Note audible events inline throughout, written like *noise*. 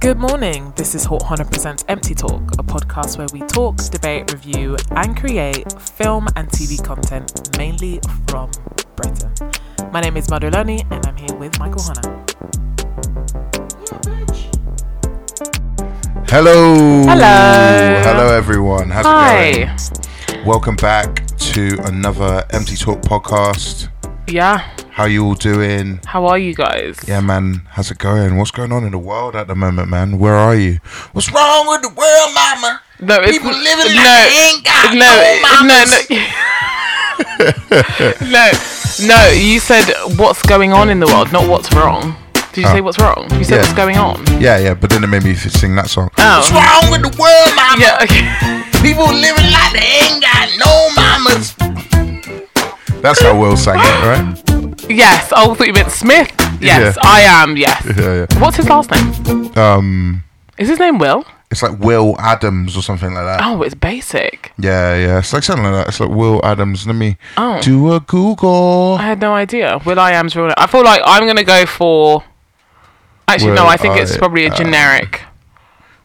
Good morning. This is Hot 100% Empty Talk, a podcast where we talk, debate, review, and create film and TV content mainly from Britain. My name is Maduloni, and I'm here with Michael Hannah. Hello. Hello. Hello, everyone. How's it Hi. going? Welcome back to another Empty Talk podcast. Yeah. How you all doing? How are you guys? Yeah, man. How's it going? What's going on in the world at the moment, man? Where are you? What's wrong with the world, mama? No, it's People living no, like they ain't got no, no no, mamas. Oh, no, no, *laughs* no. You said what's going on in the world, not what's wrong. Did you say what's wrong? You said Oh. yeah. what's going on. Yeah, yeah. But then it made me f- sing that song. Oh. What's wrong with the world, mama? Yeah. Okay. People living like they ain't got no mamas. That's how Will sang it, right? *laughs* Yes. Oh, I thought you meant Smith. Yes, Yeah. I am. Yes. Yeah, What's his last name? yeah. Um, Is his name Will? it's like Will Adams or something like that. Oh, it's basic. Yeah, yeah. It's like something like that. It's like Will Adams. Let me Oh. do a Google. I had no idea. Will I am's real name. I feel like I'm gonna go for. Actually, no. Will I think it's I probably a am. generic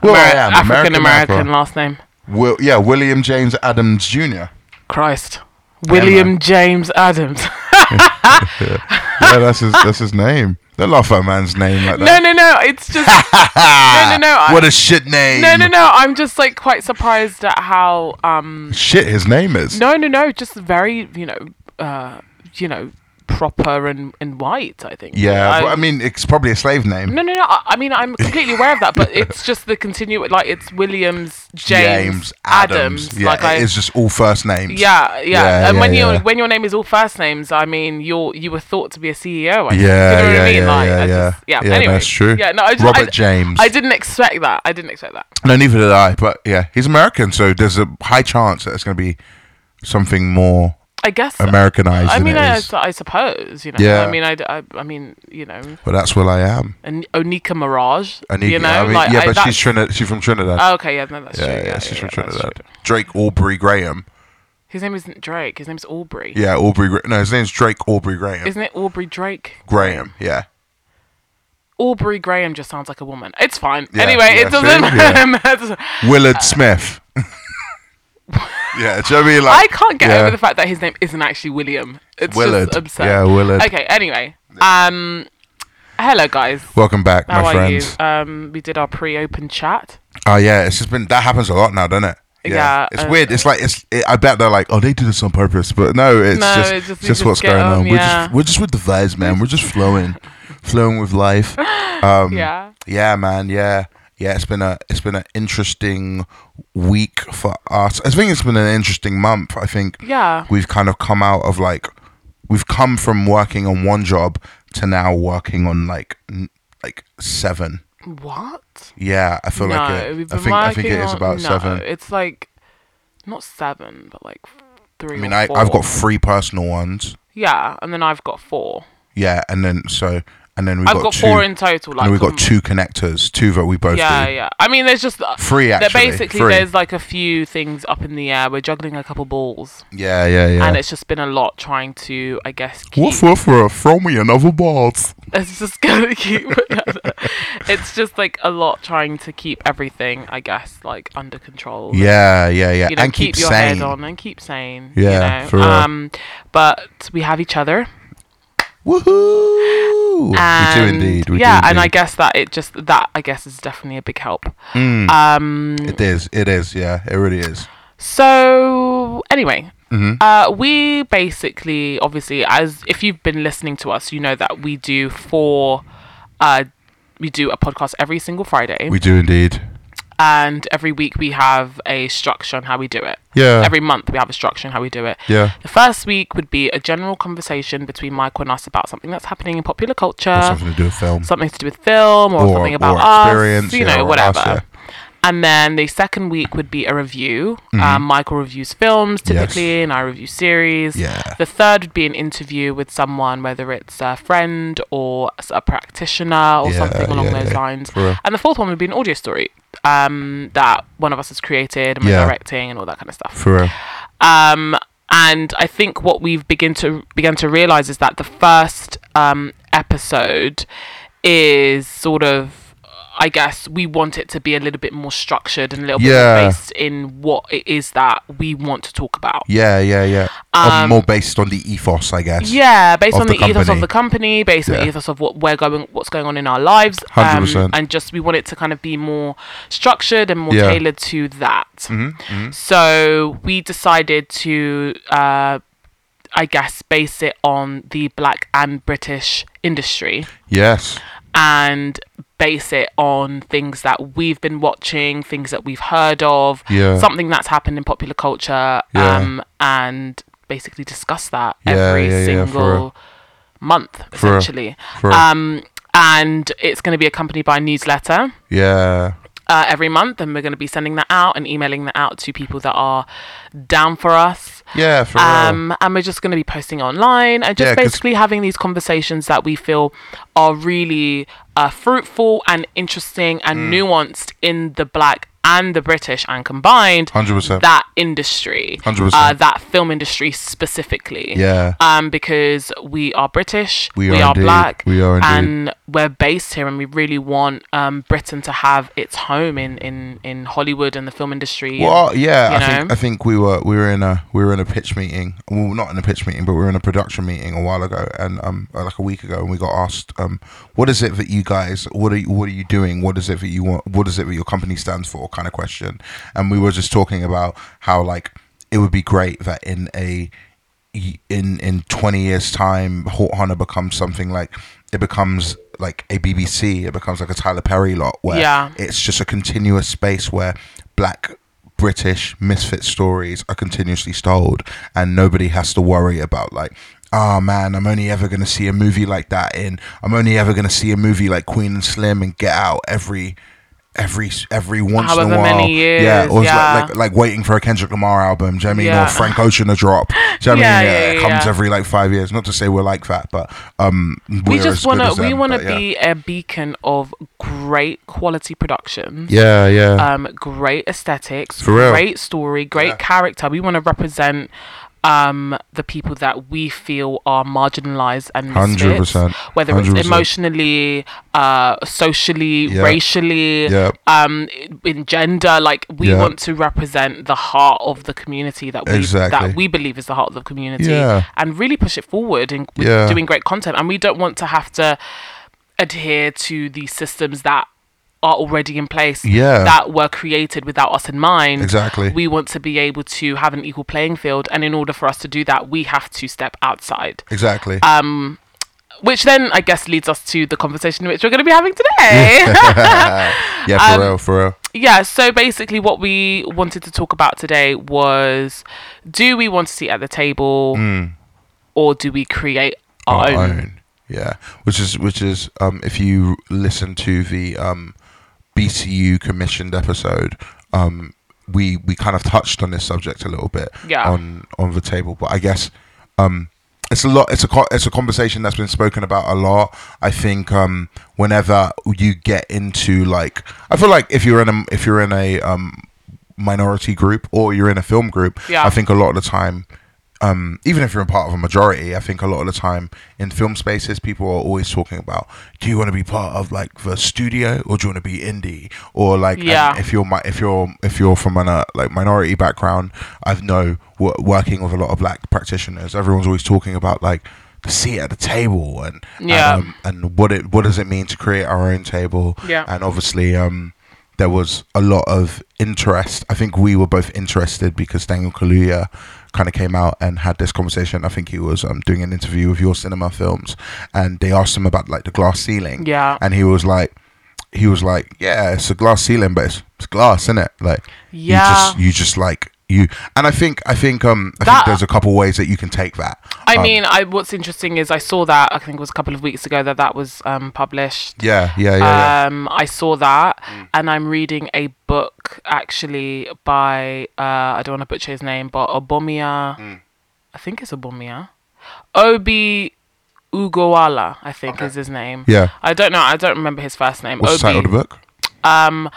Will I am, African American rapper. last name. Will, yeah, William James Adams Jr. Yeah, Christ. William James Adams. *laughs* that's his. that's his name. Don't laugh at a man's name like no, that. no, no. It's *laughs* just no, no, no, I- what a shit name. no, no, no. I'm just like quite surprised at how um Shit, his name is. no, no, no. Just very you know uh you know proper and and white. I think. Yeah, I, but I mean, it's probably a slave name. No, no, no. I, I mean, I'm completely aware of that, *laughs* but it's just the continue. Like it's Williams James, Adams. Yeah, like I, it's just all first names. yeah, yeah, Yeah, And yeah, when you yeah. when your name is all first names, I mean, you're you were thought to be a CEO. I think. Yeah, you know what yeah, I mean? yeah, like, yeah, I yeah. Just, yeah. Yeah, anyway, that's true. Yeah, no, I just, Robert I, James. I didn't expect that. I didn't expect that. No, neither did I. But yeah, he's American, so there's a high chance that it's going to be something more I guess. Americanized. I than mean, it I, is. I suppose you know. Yeah. I mean, I, d- I- I mean, you know, But that's what I am. an Onika Mirage. I need you know, I mean, like yeah, I, but that's- she's Trinidad. She's from Trinidad. Oh, okay, yeah, no, that's yeah, true. yeah, she's from that's Trinidad. true. Drake Aubrey Graham. His name isn't Drake. His name's Aubrey. Yeah, Aubrey. Gra- No, his name's Drake Aubrey Graham. Isn't it Aubrey Drake? Graham. Yeah. Aubrey Graham just sounds like a woman. It's fine. Yeah, anyway, yeah, it doesn't see? Yeah. matter. *laughs* Willard Smith. yeah, do you know what I mean? Like, I can't get yeah. over the fact that his name isn't actually William. It's Willard. just absurd. Yeah, Willard. Okay, anyway. Um hello guys. Welcome back, How my are friends. you? Um we did our pre-open chat. Oh yeah, it's just been that happens a lot now, doesn't it? Yeah, it's uh, weird. It's like it's. It, I bet they're like, oh, they do this on purpose, but no, it's No, just it just- it's just, you just what's get going on, on. We're yeah. just we're just with the vibes, man. We're just *laughs* flowing, flowing with life. Um, Yeah. yeah, man, yeah, yeah. It's been a it's been an interesting week for us. I think it's been an interesting month. I think Yeah. we've kind of come out of like we've come from working on one job to now working on like n- like seven. What? Yeah, I feel no, like it. we've I been think I think it working is on- about no, seven. It's like not 7, but like 3 I mean, I, I've got three personal ones. Yeah, and then I've got 4. Yeah, and then so and then we've I've got, got, two. 4 in total like and we've com- got two connectors, two that we both yeah, do. yeah. I mean, there's just uh, Three, there- actually. basically Three. there's like a few things up in the air. We're juggling a couple balls, Yeah, yeah, yeah. and it's just been a lot trying to, I guess, keep. woof woof woof, throw me another ball. *laughs* It's just gonna keep. *laughs* it's just like a lot trying to keep everything, I guess, like under control. Yeah, yeah, yeah. You know, and keep, keep, your saying head on and keep sane. Yeah, you know? for real. Um, but we have each other. Woohoo! And we do indeed. We yeah, do and I indeed. guess that it just that I guess is definitely a big help. Mm, Um, it is. It is. Yeah, it really is. So anyway, Mhm. uh, we basically, obviously, as if you've been listening to us, you know that we do four. Uh, we do a podcast every single Friday, We do indeed. and every week we have a structure on how we do it. Yeah. Every month we have a structure on how we do it. yeah. The first week would be a general conversation between Michael and us about something that's happening in popular culture, Or something to do with film. something to do with film or, Or- something about or us, experience, you yeah, know, or us, whatever. yeah. And then the second week would be a review. Mm-hmm. Um, Michael reviews films typically, and I review series. Yeah. The third would be an interview with someone, whether it's a friend or s- a practitioner or Yeah, something along yeah, those yeah, lines. for real. And the fourth one would be an audio story um, that one of us has created and we're Yeah. directing and all that kind of stuff For real. um, and I think what we've begin to began to realize is that the first um, episode is sort of I guess we want it to be a little bit more structured and a little bit Yeah. more based in what it is that we want to talk about. Yeah, yeah, yeah. Or more based on the ethos, I guess. Um, Yeah, based Of on the the, ethos of company. the company, based on Yeah. the ethos of what we're going, what's going on in our lives, um, 100%. and just we want it to kind of be more structured and more Yeah. Mm-hmm, tailored to that. So we decided to, uh, I guess, base it on the black and British industry Yes. and base it on things that we've been watching, things that we've heard of, Yeah. something that's happened in popular culture, Yeah. um, and basically discuss that Yeah, every yeah, yeah, for single month, For real. essentially. For- Um, and it's going to be accompanied by a newsletter yeah. uh, every month, and we're going to be sending that out and emailing that out to people that are down for us. Yeah, for real. Um, and we're just going to be posting online and just Oh. Yeah, 'cause- basically having these conversations that we feel are really uh, fruitful and interesting and Mm. nuanced in the black and the British and combined 100%. that industry, 100%. Uh, that film industry specifically. Yeah. Um, because we are British, We are indeed. black, We are indeed. and we're based here, and we really want um, Britain to have its home in, in, in Hollywood and the film industry. Well, yeah, you I think know? I think we were we were in a we were in a pitch meeting. Well, not in a pitch meeting, but we were in a production meeting a while ago, and um, uh, like a week ago, and we got asked, um, what is it that you guys, what are you, what are you doing? What is it that you want? What is it that your company stands for? Kind of question. And we were just talking about how like it would be great that in a in in 20 years time Hort Hunter becomes something like it becomes like a BBC it becomes like a Tyler Perry lot where Yeah. it's just a continuous space where black British misfit stories are continuously told and nobody has to worry about like oh man I'm only ever going to see a movie like that in I'm only ever going to see a movie like Queen and Slim and Get Out every every every once in However a while many yeah years, or it's yeah. Like, like like waiting for a Kendrick Lamar album, do you know what I mean? Yeah. Or Frank Ocean to drop. Do you know *laughs* what Yeah, I mean? Yeah, yeah, it yeah, comes yeah. every like five years. Not to say we're like that, but um we're we as just good want as to we them, want to but, yeah. be a beacon of great quality productions Yeah, yeah. um great aesthetics For real. great story great Yeah. character we want to represent um the people that we feel are marginalized and Hundred misfits, percent. whether it's Hundred percent. emotionally uh socially Yeah. racially Yeah. um in- in gender like we Yeah. want to represent the heart of the community that we Exactly. that we believe is the heart of the community Yeah. and really push it forward and with Yeah. doing great content and we don't want to have to adhere to the systems that are already in place Yeah. that were created without us in mind Exactly. we want to be able to have an equal playing field and in order for us to do that we have to step outside Exactly. which then i guess leads us to the conversation which we're going to be having today *laughs* yeah, Um, for real, for real. yeah so basically what we wanted to talk about today was do we want to sit at the table or do we create our, Hmm. Our own, own. Yeah. Which is which is um if you listen to the um BCU commissioned episode, um we we kind of touched on this subject a little bit Yeah. on on the table, but I guess um it's a lot it's a co- it's a conversation that's been spoken about a lot i think um whenever you get into like i feel like if you're in a if you're in a um minority group or you're in a film group Yeah. i think a lot of the time um even if you're a part of a majority i think a lot of the time in film spaces people are always talking about do you want to be part of like the studio or do you want to be indie or like and Yeah. if you're mi- if you're if you're from an uh, like minority background i've know wo- working with a lot of black practitioners everyone's always talking about like the seat at the table and Yeah. and, um, and what it what does it mean to create our own table Yeah. and obviously um there was a lot of interest i think we were both interested because daniel kaluuya kind of came out and had this conversation i think he was um, doing an interview with your cinema films and they asked him about like the glass ceiling Yeah. and he was like he was like yeah it's a glass ceiling but it's, it's glass isn't it like Yeah. you just you just like you and i think i think um i That- think there's a couple ways that you can take that I Um, mean, I what's interesting is I saw that I think it was a couple of weeks ago that that was um, published. yeah yeah yeah, yeah. Um, I saw that, and I'm reading a book actually by uh, I don't want to butcher his name, but Obomia, I think it's Obomia, Obi Ugowala, I think is his name. Yeah. I don't know. I don't remember his first name. What's the title of the book? Um,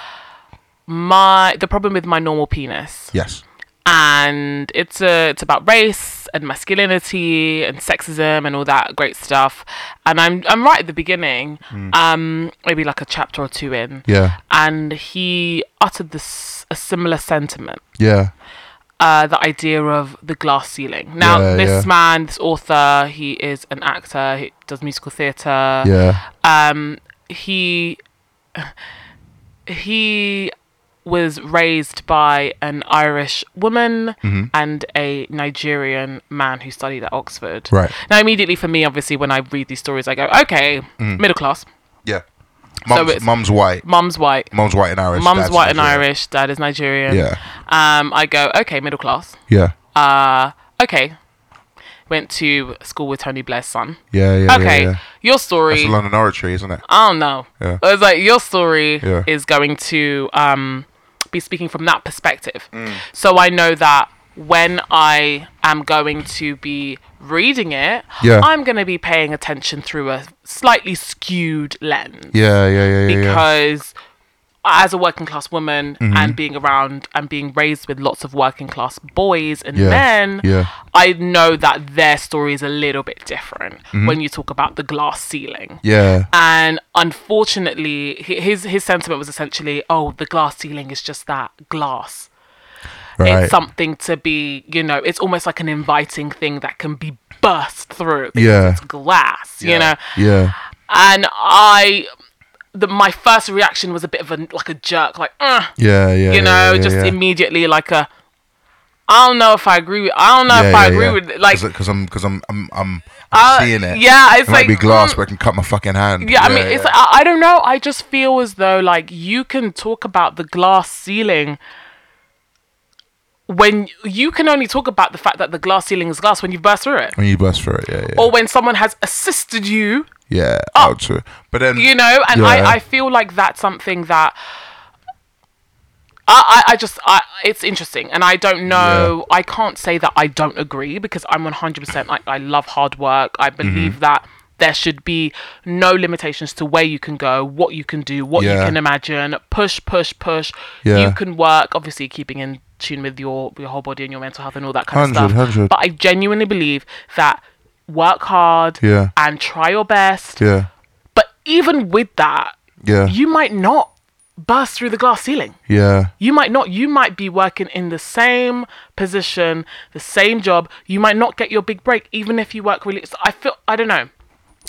my the problem with my normal penis. Yes. and it's a it's about race and masculinity and sexism and all that great stuff. And I'm I'm right at the beginning, um, maybe like a chapter or two in, Hmm. Yeah. and he uttered this a similar sentiment Yeah. uh, the idea of the glass ceiling. Now, Yeah, this yeah. man, this author, he is an actor. He does musical theatre. Yeah. Um, he he was raised by an Irish woman Mm-hmm. and a Nigerian man who studied at Oxford. Right. Now, immediately for me, obviously, when I read these stories, I go, okay, Mm. middle class. Yeah. So Mum's, it's- mum's white. Mum's white. Mum's white and Irish. Mum's dad's white and Nigerian. Irish. Dad is Nigerian. Yeah. Um, I go, okay, middle class. Yeah. uh, okay, went to school with Tony Blair's son. Yeah. Yeah. okay, Yeah, yeah. your It's story. a London oratory, isn't it? I don't know. Yeah. It was like your story Yeah. is going to um, be speaking from that perspective. Mm. So I know that when I am going to be reading it, Yeah. I'm going to be paying attention through a slightly skewed lens Yeah. Yeah. Yeah. Yeah. Mm-hmm. yeah. because as a working class woman and being around and being raised with lots of working class boys and Yeah, men, yeah. I know that their story is a little bit different Mm-hmm. when you talk about the glass ceiling. Yeah. And unfortunately, hi- his his sentiment was essentially, "Oh, the glass ceiling is just that glass." Right. It's something to be, you know, it's almost like an inviting thing that can be burst through because Yeah. it's glass, you know Yeah. and I, the, my first reaction was a bit of a like a jerk, like "Ugh," Yeah. Yeah. you know, just yeah. immediately like a, I don't know if I agree with, I don't know if I agree with, like, because I'm because I'm I'm I'm, Uh, I'm seeing it. yeah, it's it might like, be glass, mm. but I can cut my fucking hand. yeah, I mean, it's like, I, I don't know, I just feel as though like you can talk about the glass ceiling. When you can only talk about the fact that the glass ceiling is glass when you burst through it, when you burst for it, yeah, yeah, or when someone has assisted you yeah, out to it. But then oh. you know and Yeah. I, I feel like that's something that I, I, I just I, it's interesting and i don't know i can't say that i don't agree because i'm 100% like i love hard work Mm-hmm. i believe that there should be no limitations to where you can go what you can do what you Yeah. can imagine push push push Yeah. you can work obviously keeping in tune with your your whole body and your mental health and all that kind of stuff 100, 100. but i genuinely believe that work hard Yeah. and try your best yeah, but even with that, yeah, you might not burst through the glass ceiling. yeah, You might not. You might be working in the same position, the same job. You might not get your big break, even if you work really. So I feel. I don't know.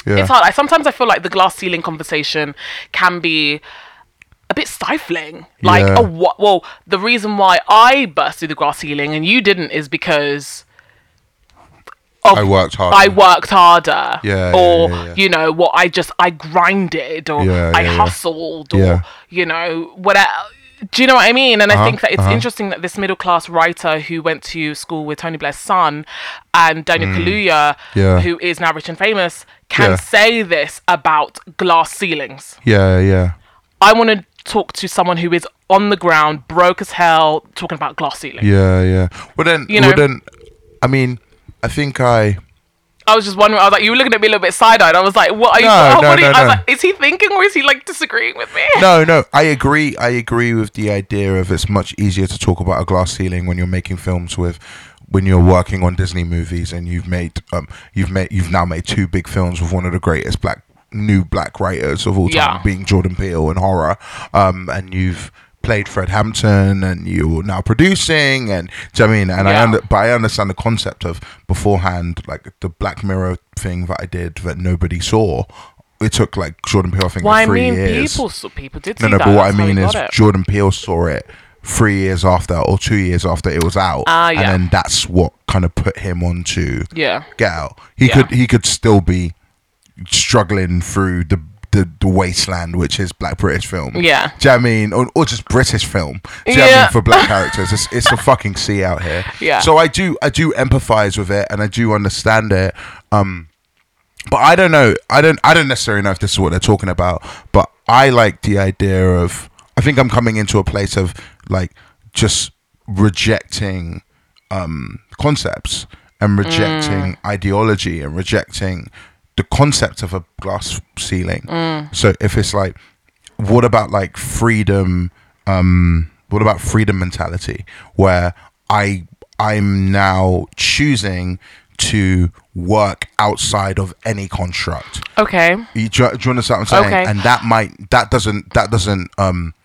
yeah, It's hard. I, sometimes I feel like the glass ceiling conversation can be a bit stifling. Like, Yeah. oh, what? Well, the reason why I burst through the glass ceiling and you didn't is because I worked hard. I worked harder, Yeah, or yeah, yeah, yeah. you know what I just I grinded, or Yeah, I yeah, yeah. hustled, or Yeah. you know whatever. Do you know what I mean? And I think that it's uh-huh. interesting that this middle class writer who went to school with Tony Blair's son and Daniel Kaluuya, Mm. Yeah. who is now rich and famous, can Yeah. say this about glass ceilings. yeah, yeah, I want to talk to someone who is on the ground, broke as hell, talking about glass ceilings. yeah, yeah. Well then, You know. well then, I mean, I think I I was just wondering. I was like, you were looking at me a little bit side eyed. I was like, what are you? No, oh, no, what are you? no, I was no. like, is he thinking or is he like disagreeing with me? no, no, I agree. I agree with the idea of it's much easier to talk about a glass ceiling when you're making films with when you're working on Disney movies and you've made um you've made you've now made two big films with one of the greatest black new black writers of all time Yeah. being Jordan Peele in horror um and you've played Fred Hampton and you're now producing and do you know what I mean and I Yeah. under, but I understand the concept of beforehand like the Black Mirror thing that I did that nobody saw it took like Jordan Peele I think Well, I like three mean, years people so people did see no, no, that. but what I That's how he mean is got it. Jordan Peele saw it three years after or two years after it was out, Ah, yeah. and then that's what kind of put him onto yeah, Get Out. He Yeah. could he could still be struggling through the. The, the wasteland, which is black British film. Yeah. Do you know what I mean? Or, or just British film. Do you know what I Yeah. mean? For black characters. It's, it's a fucking sea out here. Yeah. So I do I do empathize with it and I do understand it. Um but I don't know. I don't. I don't necessarily know if this is what they're talking about. But I like the idea of. I think I'm coming into a place of like just rejecting um, concepts and rejecting ideology and rejecting the concept of a glass ceiling. So if it's like, what about like freedom? Um, what about freedom mentality where I I'm now choosing to work outside of any construct. Okay. You, do, you- do you understand what I'm saying? Okay. And that might that doesn't that doesn't um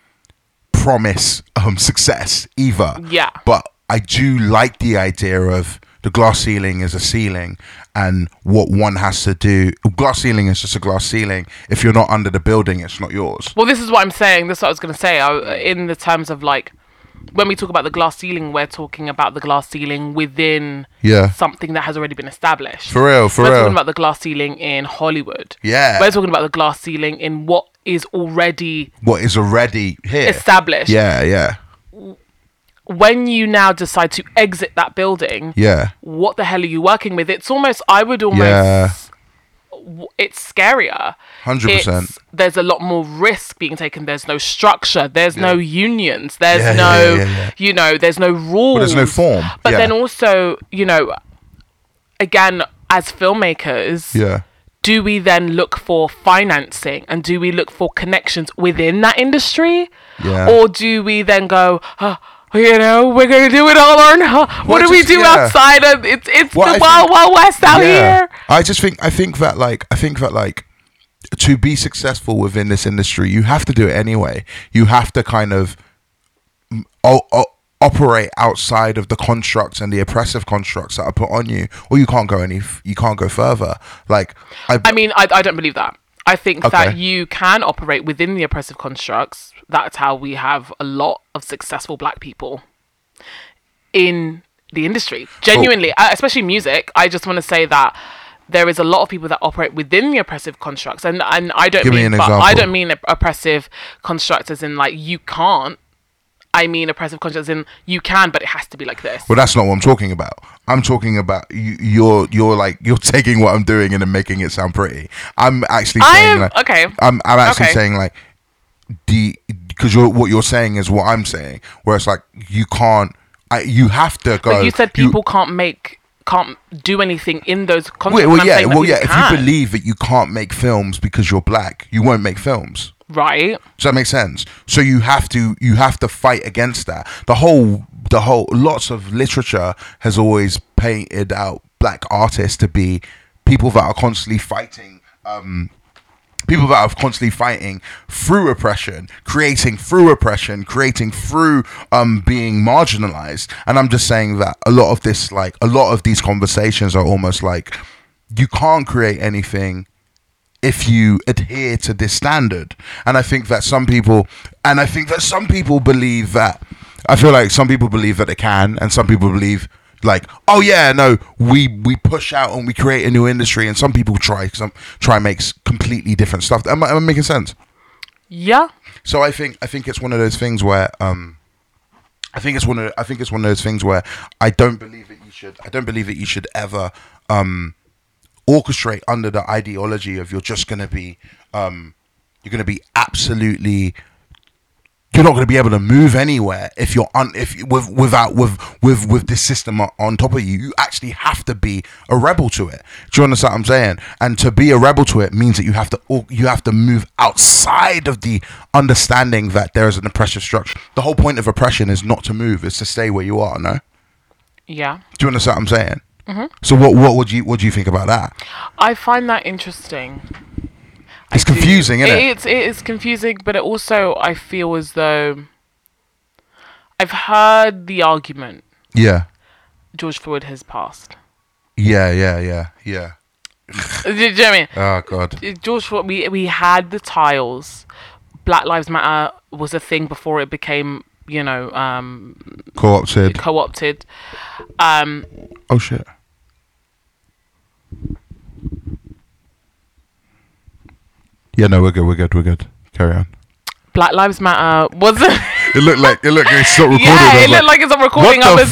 promise um success either. Yeah. But I do like the idea of the glass ceiling is a ceiling and what one has to do glass ceiling is just a glass ceiling. If you're not under the building, it's not yours. Well, this is what I'm saying. This is what I was going to say. I, in the terms of like, when we talk about the glass ceiling, we're talking about the glass ceiling within Yeah. something that has already been established. For real, for we're real. talking about the glass ceiling in Hollywood. Yeah. We're talking about the glass ceiling in what is already what is already here. established. Yeah, yeah. When you now decide to exit that building, Yeah. what the hell are you working with? It's almost, I would almost, Yeah. w- it's scarier. 100%. It's- There's a lot more risk being taken. There's no structure. There's no unions. There's Yeah, yeah, no, yeah, yeah, yeah. you know, there's no rules. there's no form. But Yeah. then also, you know, again, as filmmakers, Yeah. do we then look for financing and do we look for connections within that industry? Yeah. Or do we then go, "Huh, you know, we're going to do it all on, huh, what Well, do we just- do yeah. outside of it's it's Well, the I wild, think- wild west out here? I just think I think that like I think that like to be successful within this industry, you have to do it anyway. You have to kind of mm, o- o- operate outside of the constructs and the oppressive constructs that are put on you, or you can't go any f- you can't go further. Like I, I mean, I, I don't believe that. I think that Okay. you can operate within the oppressive constructs. That's how we have a lot of successful black people in the industry. Oh. Genuinely, uh, especially music, I just want to say that there is a lot of people that operate within the oppressive constructs, and and I don't Give me mean an but I example. don't mean op- oppressive constructs as in like you can't. I mean oppressive constructs as in you can, but it has to be like this. But that's not what I'm talking about. I'm talking about you, you're you're like you're taking what I'm doing and then making it sound pretty. I'm actually I saying am- like, okay. I'm I'm actually Okay. saying like the because you're what you're saying is what I'm saying. Where it's like you can't. I, you have to go. But you said people can't make can't do anything in those Well, contracts. well, and I'm yeah, saying that well, yeah. people If you can. believe that you can't make films because you're black, you won't make films. Right. Does that make sense? So you have to you have to fight against that. The whole the whole lots of literature has always painted out black artists to be people that are constantly fighting um people that are constantly fighting through oppression, creating through oppression, creating through um being marginalized. And I'm just saying that a lot of this like a lot of these conversations are almost like you can't create anything if you adhere to this standard. And I think that some people, and I think that some people believe that, I feel like some people believe that they can, and some people believe like, oh yeah, no, we we push out and we create a new industry, and some people try some try makes completely different stuff. Am I, am I making sense? Yeah. So I think I think it's one of those things where um, I think it's one of I think it's one of those things where I don't believe that you should I don't believe that you should ever um, orchestrate under the ideology of you're just gonna be um, you're gonna be absolutely you're not going to be able to move anywhere if you're un if you- with without with with with this system on- on top of you. You actually have to be a rebel to it. Do you understand what I'm saying? And to be a rebel to it means that you have to or- you have to move outside of the understanding that there is an oppressive structure. The whole point of oppression is not to move; it's to stay where you are. No, Yeah. do you understand what I'm saying? So what what would you what do you think about that? I find that interesting. It's confusing, It, isn't it? it's it is confusing, but it also I feel as though I've heard the argument yeah, George Floyd has passed. yeah, yeah, yeah, yeah. Do you know what I mean? Oh God. George Floyd, we we had the tiles. Black Lives Matter was a thing before it became, you know, um, Co-opted. co-opted. Um, Oh shit. Yeah, no, we're good. We're good. We're good. Carry on. Black Lives Matter was *laughs* It looked like it looked. It's not recorded. yeah, it looked like it's a recording. I what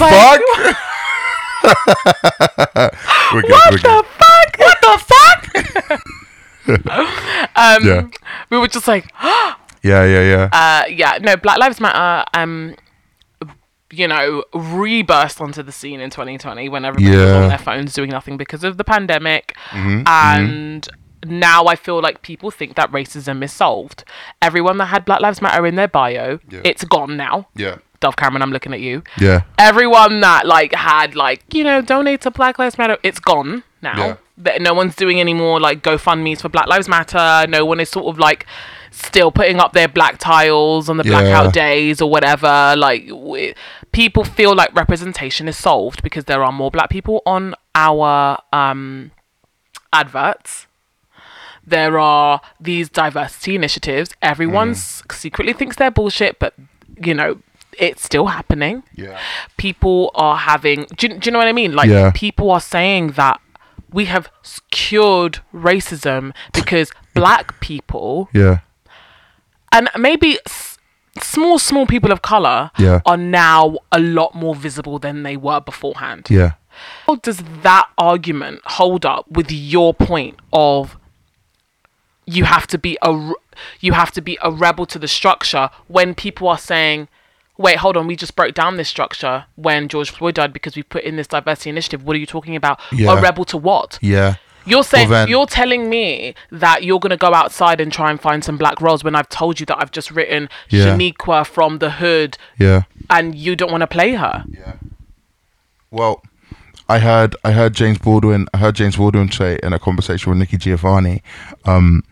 the was *laughs* like, fuck? *laughs* we're good. what we're the good. fuck? What the fuck? *laughs* um, Yeah. we were just like, Yeah, yeah, yeah. uh, yeah, no, Black Lives Matter, um, you know, reburst onto the scene in 2020 when everybody was Yeah. Mm-hmm, on their phones doing nothing because of the pandemic. And now I feel like people think that racism is solved. Everyone that had Black Lives Matter in their bio, Yeah. it's gone now. yeah. stuff, Cameron. I'm looking at you. Yeah. Everyone that like had like you know donate to Black Lives Matter, it's gone now. Yeah. That no one's doing any more like GoFundmes for Black Lives Matter. No one is sort of like still putting up their black tiles on the Yeah. blackout days or whatever. Like w- people feel like representation is solved because there are more black people on our um adverts. There are these diversity initiatives. Mm. Everyone s secretly thinks they're bullshit, but you know, it's still happening. Yeah. People are having. Do, you- do you know what I mean? Like, Yeah. people are saying that we have s- cured racism *laughs* because black people Yeah. and maybe s- small, small people of color Yeah. are now a lot more visible than they were beforehand. Yeah. How does that argument hold up with your point of you have to be a r- you have to be a rebel to the structure when people are saying, "Wait, hold on, we just broke down this structure when George Floyd died because we put in this diversity initiative." What are you talking about? Yeah. A rebel to what? Yeah. You're saying then- you're telling me that you're gonna go outside and try and find some black roles when I've told you that I've just written Yeah. Shaniqua from the hood Yeah. and you don't want to play her. Well, I heard I heard James Baldwin I heard James Baldwin say in a conversation with Nikki Giovanni, um,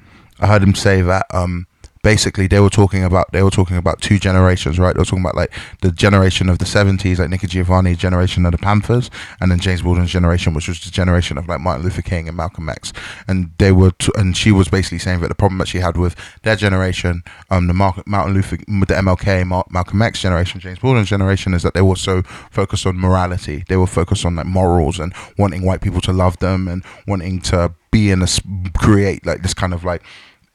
I heard him say that um, basically they were talking about they were talking about two generations, right? They were talking about like the generation of the seventies, like Nikki Giovanni's generation of the Panthers, and then James Baldwin's generation, which was the generation of like Martin Luther King and Malcolm X, and they were t- and she was basically saying that the problem that she had with their generation, um, the Mar- Martin Luther, the MLK, Mar- Malcolm X generation, James Baldwin's generation, is that they were so focused on morality. They were focused on like morals and wanting white people to love them and wanting to be in a s- create like this kind of like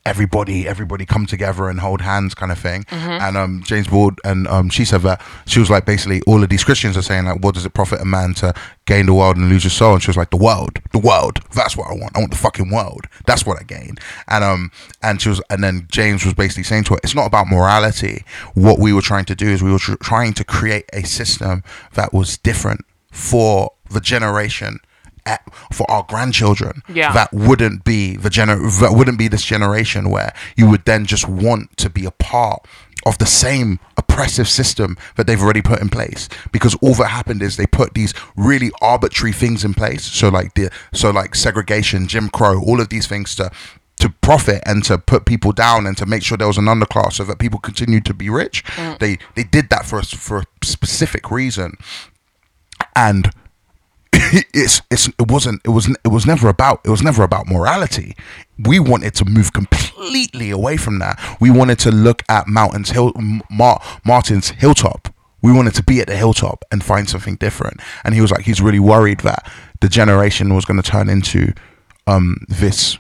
everybody everybody come together and hold hands kind of thing and um james ward and um she said that she was like basically all of these christians are saying like what does it profit a man to gain the world and lose your soul and she was like the world the world that's what i want i want the fucking world that's what i gain and um and she was and then james was basically saying to her it's not about morality what we were trying to do is we were tr- trying to create a system that was different for the generation at, for our grandchildren Yeah. that wouldn't be the gener- that wouldn't be this generation where you would then just want to be a part of the same oppressive system that they've already put in place because all that happened is they put these really arbitrary things in place so like the so like segregation jim crow all of these things to to profit and to put people down and to make sure there was an underclass so that people continued to be rich they they did that for us for a specific reason and it's it's it wasn't it was it was never about it was never about morality. We wanted to move completely away from that. We wanted to look at mountains hill M- Mar, Martin's hilltop. We wanted to be at the hilltop and find something different. And he was like, he's really worried that the generation was going to turn into um, this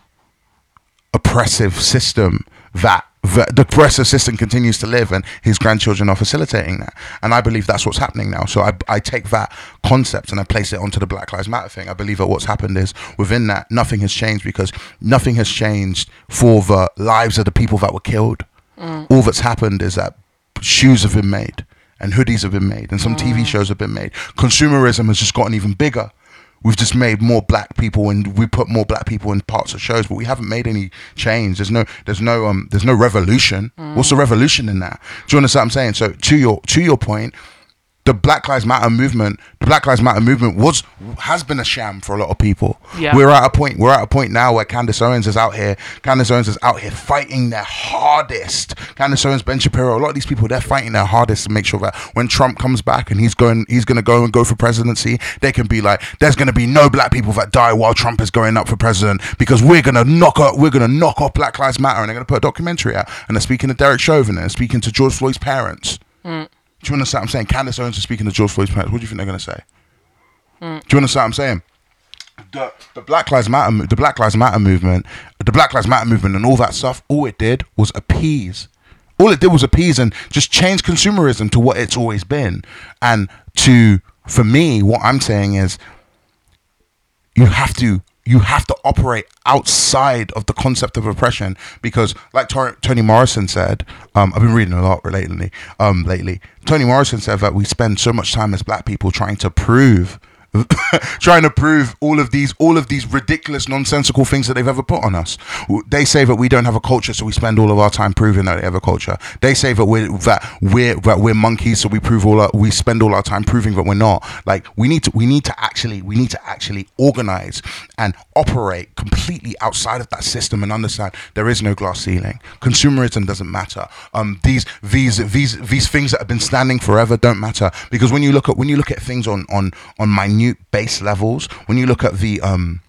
oppressive system that the, the oppressive system continues to live and his grandchildren are facilitating that and i believe that's what's happening now so I, I take that concept and i place it onto the black lives matter thing i believe that what's happened is within that nothing has changed because nothing has changed for the lives of the people that were killed all that's happened is that shoes have been made and hoodies have been made and some tv shows have been made consumerism has just gotten even bigger We've just made more black people, and we put more black people in parts of shows, but we haven't made any change. There's no, there's no, um, there's no revolution. What's the revolution in that? Do you understand what I'm saying? So to your, to your point, the Black Lives Matter movement, the Black Lives Matter movement was has been a sham for a lot of people. Yeah. We're at a point, we're at a point now where Candace Owens is out here, Candace Owens is out here fighting their hardest. Candace Owens, Ben Shapiro, a lot of these people, they're fighting their hardest to make sure that when Trump comes back and he's going, he's going to go and go for presidency, they can be like, there's going to be no black people that die while Trump is going up for president because we're going to knock up, we're going to knock off Black Lives Matter, and they're going to put a documentary out, and they're speaking to Derek Chauvin, and they're speaking to George Floyd's parents. Do you understand what I'm saying? Candace Owens is speaking to George Floyd's parents. What do you think they're going to say? Do you understand what I'm saying? The, the Black Lives Matter, mo- the Black Lives Matter movement, the Black Lives Matter movement, and all that stuff. All it did was appease. All it did was appease and just change consumerism to what it's always been. And to, for me, what I'm saying is, you have to you have to operate outside of the concept of oppression because like Tor- tony morrison said um, i've been reading a lot lately um, lately tony morrison said that we spend so much time as black people trying to prove *laughs* trying to prove all of these all of these ridiculous nonsensical things that they've ever put on us. W- They say that we don't have a culture, so we spend all of our time proving that they have a culture. They say that we're that we're that we're monkeys, so we prove all our, we spend all our time proving that we're not. Like we need to we need to actually we need to actually organize and operate completely outside of that system and understand there is no glass ceiling. Consumerism doesn't matter. Um, these these these these things that have been standing forever don't matter because when you look at when you look at things on on on minute base levels, when you look at the um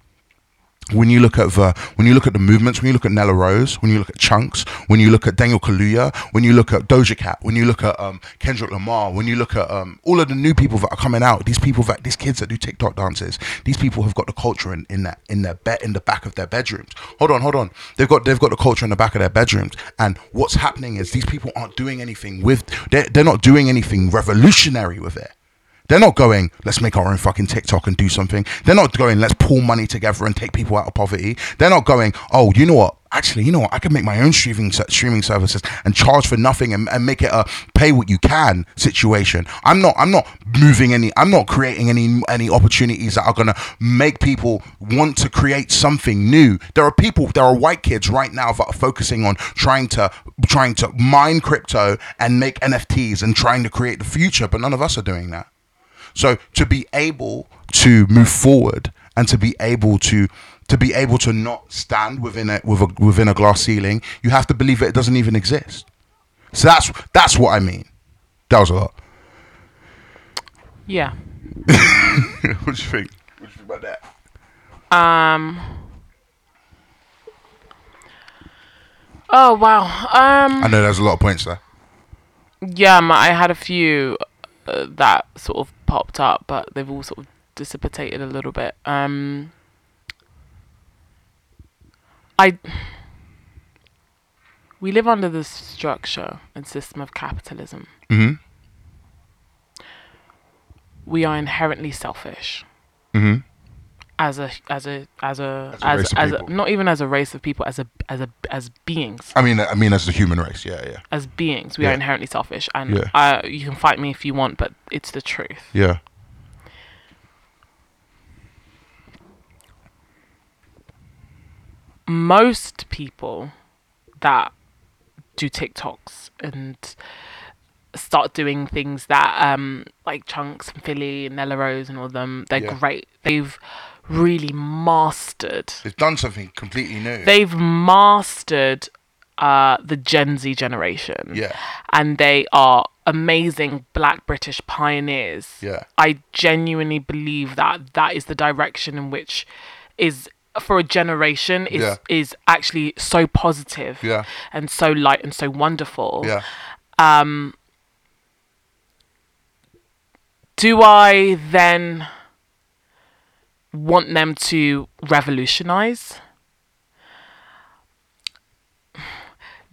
when you look at the when you look at the movements, when you look at Nella Rose, when you look at Chunks, when you look at Daniel Kaluuya, when you look at Doja Cat, when you look at um, Kendrick Lamar, when you look at um, all of the new people that are coming out, these people that these kids that do TikTok dances, these people have got the culture in, in that in their bed in the back of their bedrooms. Hold on, hold on. They've got they've got the culture in the back of their bedrooms, and what's happening is these people aren't doing anything with they're, they're not doing anything revolutionary with it. They're not going, let's make our own fucking TikTok and do something. They're not going, let's pull money together and take people out of poverty. They're not going, oh, you know what? Actually, you know what? I can make my own streaming ser- streaming services and charge for nothing and, and make it a pay what you can situation. I'm not I'm not moving any I'm not creating any any opportunities that are gonna make people want to create something new. There are people there are white kids right now that are focusing on trying to trying to mine crypto and make NFTs and trying to create the future, but none of us are doing that. So to be able to move forward and to be able to to be able to not stand within a with a within a glass ceiling, you have to believe that it doesn't even exist. So that's that's what I mean. That was a lot. Yeah. *laughs* what do you think? What do you think about that? Um. Oh wow. Um. I know there's a lot of points there. Yeah, ma- I had a few uh, that sort of popped up, but they've all sort of dissipated a little bit. Um, I we live under the structure and system of capitalism. Mm-hmm. We are inherently selfish Mm-hmm. as a as a as a As a as race of as a, people. not even as a race of people as a as a as beings I mean I mean as the human race, yeah, yeah. as beings we Yeah. are inherently selfish and Yeah. uh, you can fight me if you want but it's the truth Yeah. most people that do TikToks and start doing things that um like Chunks and Philly and Nella Rose and all them, they're Yeah. great. They've really mastered They've done something completely new. they've mastered uh the Gen Z generation. yeah. And they are amazing black British pioneers. Yeah. I genuinely believe that that is the direction in which is for a generation is Yeah. is actually so positive Yeah. and so light and so wonderful. Yeah. Do I then want them to revolutionize?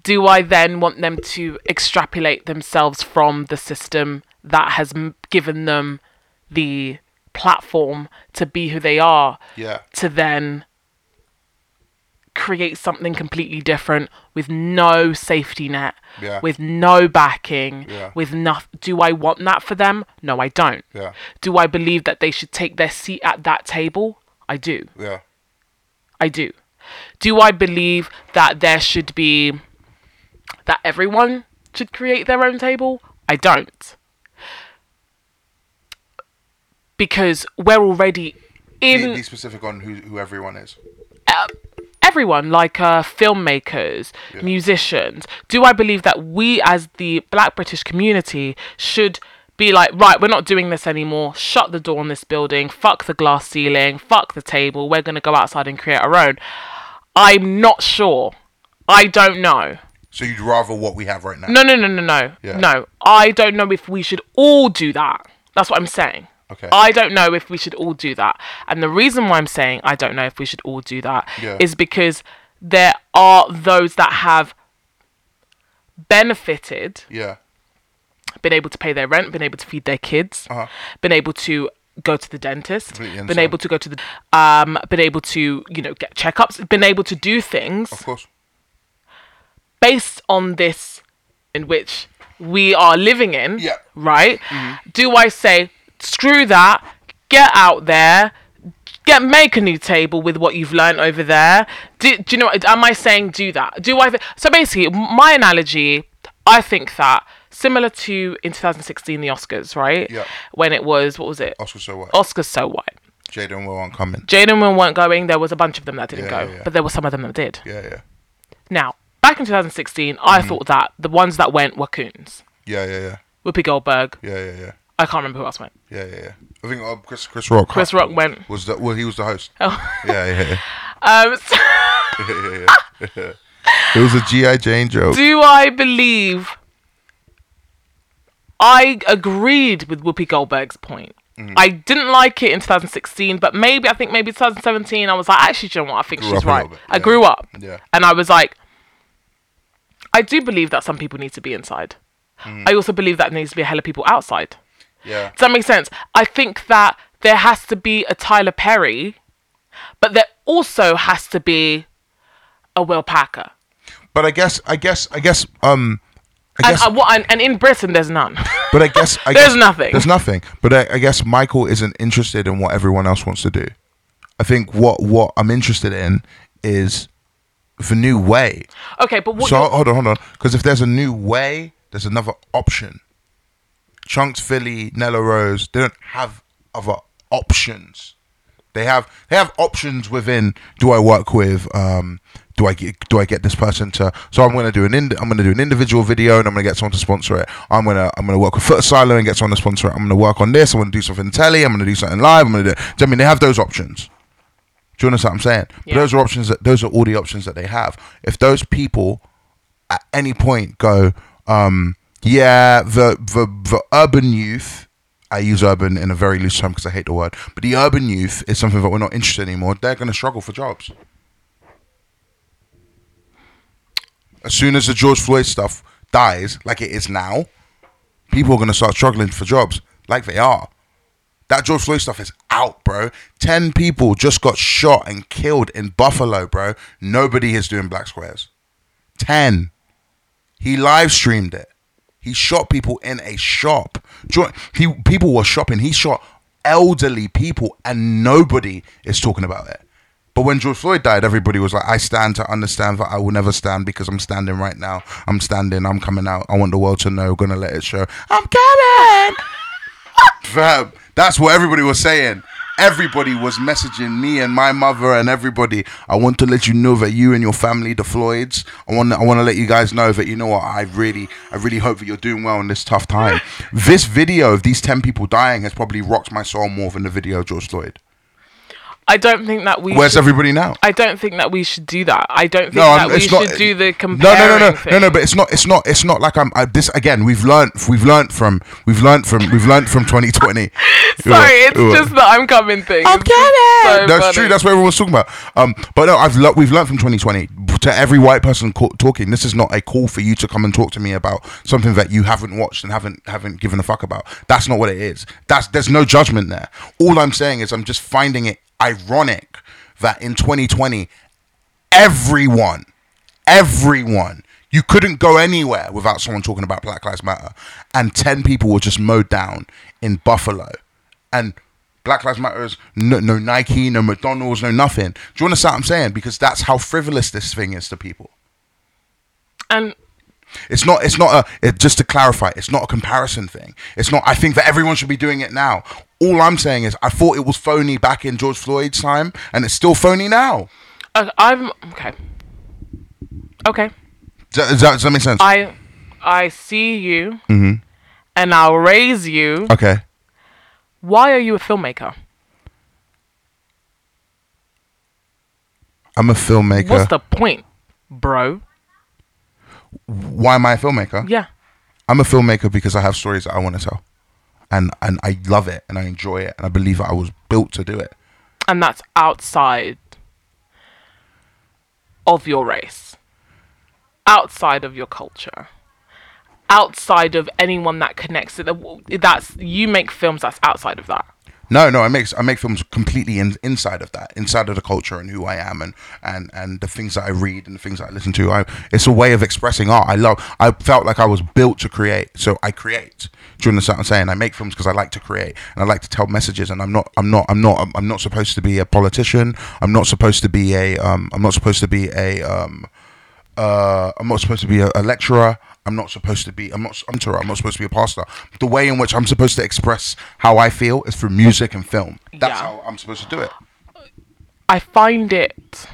Do I then want them to extrapolate themselves from the system that has m- given them the platform to be who they are? Yeah. to then create something completely different with no safety net, Yeah. with no backing, Yeah. with nothing. Do I want that for them? No, I don't. Yeah. Do I believe that they should take their seat at that table? I do. Yeah. I do. Do I believe that there should be that everyone should create their own table? I don't. Because we're already in be specific on who, who everyone is. everyone, like uh, filmmakers, musicians. Do I believe that we, as the Black British community, should be like, right, we're not doing this anymore. Shut the door on this building. Fuck the glass ceiling. Fuck the table. We're gonna go outside and create our own. I'm not sure. I don't know. So you'd rather what we have right now? No, no, no, no, no. Yeah. No, I don't know if we should all do that. That's what I'm saying. Okay. I don't know if we should all do that. And the reason why I'm saying I don't know if we should all do that is Yeah. because there are those that have benefited, Yeah. been able to pay their rent, been able to feed their kids, Uh-huh. been able to go to the dentist, Completely been understand. able to go to the um been able to, you know, get checkups, been able to do things Of course. based on this in which we are living in, Yeah. Mm-hmm. right? Do I say, screw that, get out there, get make a new table with what you've learned over there. Do, do you know? What, am I saying do that? Do I? So basically, my analogy, I think that similar to in 2016 the Oscars, right? Yeah. Oh. When it was what was it? Oscar so what? Oscars so white. Jaden Will aren't coming. Jane and Will weren't going. There was a bunch of them that didn't Yeah, go, yeah, yeah. but there were some of them that did. Yeah, yeah, Now, back in 2016, I Mm-hmm. thought that the ones that went were Coons, yeah, yeah, yeah, Whoopi Goldberg. yeah, yeah, yeah. I can't remember who else went. Yeah, yeah, yeah. I think uh, Chris Chris Rock. Chris Rock went. was the well, he was the host. Oh. *laughs* Yeah, yeah, yeah. Um, *laughs* so yeah, yeah, yeah. it was a GI Jane *laughs* joke. do I believe? I agreed with Whoopi Goldberg's point. Mm-hmm. I didn't like it in 2016, but maybe I think maybe 2017. I was like, actually, do you know what? I think Grew up she's a little right. bit, I yeah. grew up, Yeah. and I was like, I do believe that some people need to be inside. Mm-hmm. I also believe that there needs to be a hell of people outside. Yeah. Does that make sense? I think that there has to be a Tyler Perry, but there also has to be a Will Packer. But I guess, I guess, I guess, um, I And, guess, uh, what- and, and in Britain, there's none. *laughs* but I guess, I There's guess, nothing. There's nothing. But I, I guess Michael isn't interested in what everyone else wants to do. I think what what I'm interested in is the new way. okay, but what? So you're- hold on, hold on, because if there's a new way, there's another option. Chunks, Philly, Nella Rose, they don't have other options. They have they have options within. Do I work with? Um, do I get do I get this person to? So I'm gonna do an ind- I'm gonna do an individual video and I'm gonna get someone to sponsor it. I'm gonna I'm gonna work with Foot Asylum and get someone to sponsor it. I'm gonna work on this. I'm gonna do something telly. I'm gonna do something live. I'm gonna do. do you know what I mean they have those options. Do you understand what I'm saying? But Yeah. those are options that those are all the options that they have. If those people at any point go, um, yeah, the the the urban youth. I use urban in a very loose term because I hate the word, but the urban youth is something that we're not interested in anymore. They're going to struggle for jobs. As soon as the George Floyd stuff dies, like it is now, people are going to start struggling for jobs, like they are. That George Floyd stuff is out, bro. Ten people just got shot and killed in Buffalo, bro. Nobody is doing black squares. Ten. He live streamed it. He shot people in a shop. Jo- He people were shopping. He shot elderly people, and nobody is talking about it. But when George Floyd died, everybody was like, "I stand to understand that I will never stand because I'm standing right now. I'm standing. I'm coming out. I want the world to know. Gonna let it show. I'm coming." Fam, that's what everybody was saying. Everybody was messaging me and my mother and everybody. I want to let you know that you and your family, the Floyds, I want I want to let you guys know that you know what I really I really hope that you're doing well in this tough time. this video of these ten people dying has probably rocked my soul more than the video of George Floyd. I don't think that we. Where's should, everybody now? I don't think that we should do that. I don't think I'm- that we it's should do the No, comparing no, no, no, thing. no, no. But it's not. It's not. It's not like I'm. I, this again. We've learned. We've learned from. We've learned from. We've learned from 2020. *laughs* Sorry, it's Ooh, ooh. just the I'm coming thing. I'm That's true. That's what everyone's talking about. Um, but no, I've lo- we've learned from 2020 to every white person co- talking. This is not a call for you to come and talk to me about something that you haven't watched and haven't haven't given a fuck about. That's not what it is. That's there's no judgment there. All I'm saying is I'm just finding it ironic that in 2020 everyone, everyone. You couldn't go anywhere without someone talking about Black Lives Matter. And 10 people were just mowed down in Buffalo. And Black Lives Matter is no, no Nike, no McDonald's, no nothing. Do you understand what I'm saying? Because that's how frivolous this thing is to people. and It's not. It's not a. It, just to clarify, it's not a comparison thing. It's not. I think that everyone should be doing it now. All I'm saying is, I thought it was phony back in George Floyd's time, and it's still phony now. uh, I'm okay. Okay. Does, does that, does that make sense? I I see you Mm-hmm. and I'll raise you. okay. Why are you a filmmaker? I'm a filmmaker. What's the point, bro? Why am I a filmmaker? Yeah. I'm a filmmaker because I have stories that I want to tell, and and I love it and I enjoy it and I believe that I was built to do it. And that's outside of your race. Outside of your culture. Outside of anyone that connects to the that's you make films that's outside of that. No, no, I make I make films completely in, inside of that, inside of the culture and who I am and, and and the things that I read and the things that I listen to. I it's a way of expressing art. I love. I felt like I was built to create, so I create. Do you understand what I'm saying? I make films because I like to create and I like to tell messages. And I'm not, I'm not, I'm not, I'm, I'm not supposed to be a politician. I'm not supposed to be a, um, I'm not supposed to be a, um, uh, I'm not supposed to be a, a lecturer. I'm not supposed to be. I'm not. I'm sorry. I'm not supposed to be a pastor. The way in which I'm supposed to express how I feel is through music and film. That's Yeah. how I'm supposed to do it. I find it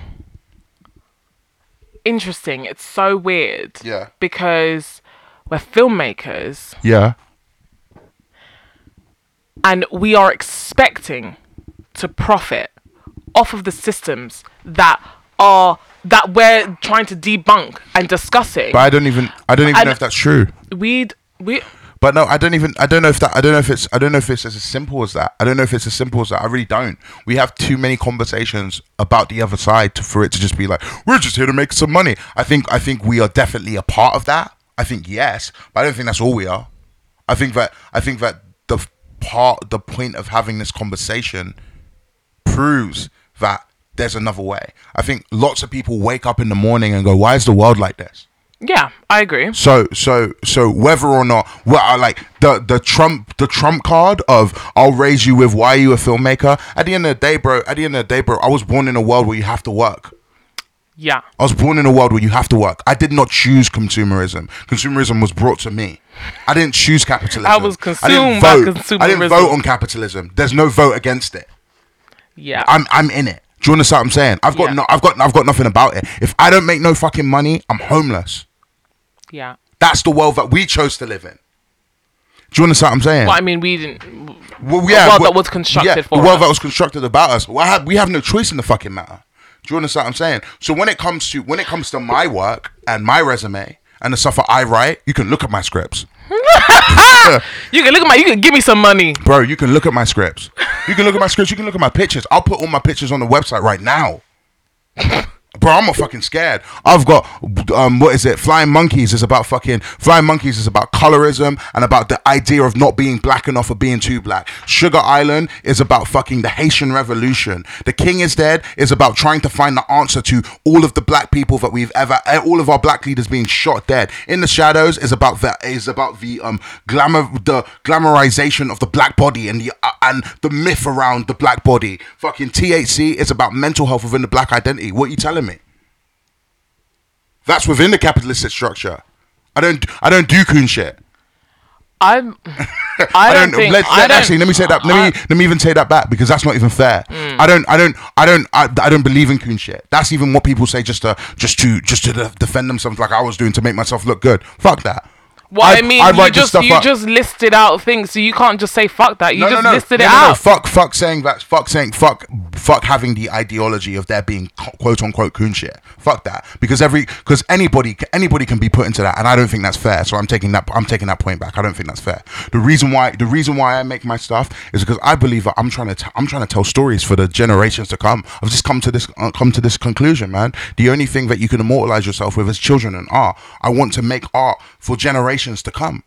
interesting. It's so weird. Yeah. Because we're filmmakers Yeah. and we are expecting to profit off of the systems that are that we're trying to debunk and discussing. But I don't even. I don't even I know d- if that's true. We'd we But no, I don't even. I don't know if that. I don't know if it's. I don't know if it's as simple as that. I don't know if it's as simple as that. I really don't. We have too many conversations about the other side to, for it to just be like we're just here to make some money. I think. I think we are definitely a part of that. I think yes, but I don't think that's all we are. I think that. I think that the f- part, the point of having this conversation proves that there's another way. I think lots of people wake up in the morning and go, "Why is the world like this?" yeah, I agree. So so so whether or not well I like the the Trump the Trump card of I'll raise you with why are you a filmmaker at the end of the day bro at the end of the day bro I was born in a world where you have to work Yeah. I was born in a world where you have to work I did not choose consumerism consumerism was brought to me I didn't choose capitalism I was consumed didn't by I didn't consumerism. vote on capitalism there's no vote against it Yeah. I'm I'm in it do you understand what I'm saying I've got Yeah. no I've got I've got nothing about it if I don't make no fucking money I'm homeless yeah. that's the world that we chose to live in. Do you understand what I'm saying? Well, I mean, we didn't. Well, a world well, that was constructed yeah, for the world us. that was constructed about us. Well, I have, we have no choice in the fucking matter. Do you understand what I'm saying? So when it comes to when it comes to my work and my resume and the stuff that I write, you can look at my scripts, You can look at my. You can give me some money. bro. You can look at my scripts. You can look at my scripts. You can look at my pictures. I'll put all my pictures on the website right now. Bro, I'm not fucking scared. I've got um, what is it? Flying Monkeys is about fucking Flying Monkeys is about colorism and about the idea of not being black enough or being too black. Sugar Island is about fucking the Haitian Revolution. The King is Dead is about trying to find the answer to all of the black people that we've ever, eh, all of our black leaders being shot dead. In the Shadows is about the is about the um glamour the glamorization of the black body and the uh, and the myth around the black body. Fucking THC is about mental health within the black identity. What are you telling me? That's within the capitalistic structure. I don't I don't do coon shit. *laughs* I'm. I don't think. let- I let- don't, actually let me say that let me let me even say that back because that's not even fair. Hmm. I don't I don't I don't I, I don't believe in coon shit. That's even what people say just to just to just to de- defend themselves like I was doing to make myself look good. Fuck that. Well, I, mean, you write this just stuff you up. just listed out things, so you can't just say fuck that. You just listed no, it no, no. out. Fuck, fuck saying that. Fuck saying fuck, fuck having the ideology of there being co- quote unquote coon shit. Fuck that, because every because anybody anybody can be put into that, and I don't think that's fair. So I'm taking that I'm taking that point back. I don't think that's fair. The reason why the reason why I make my stuff is because I believe that I'm trying to t- I'm trying to tell stories for the generations to come. I've just come to this uh, come to this conclusion, man. The only thing that you can immortalize yourself with is children and art. I want to make art for generations to come.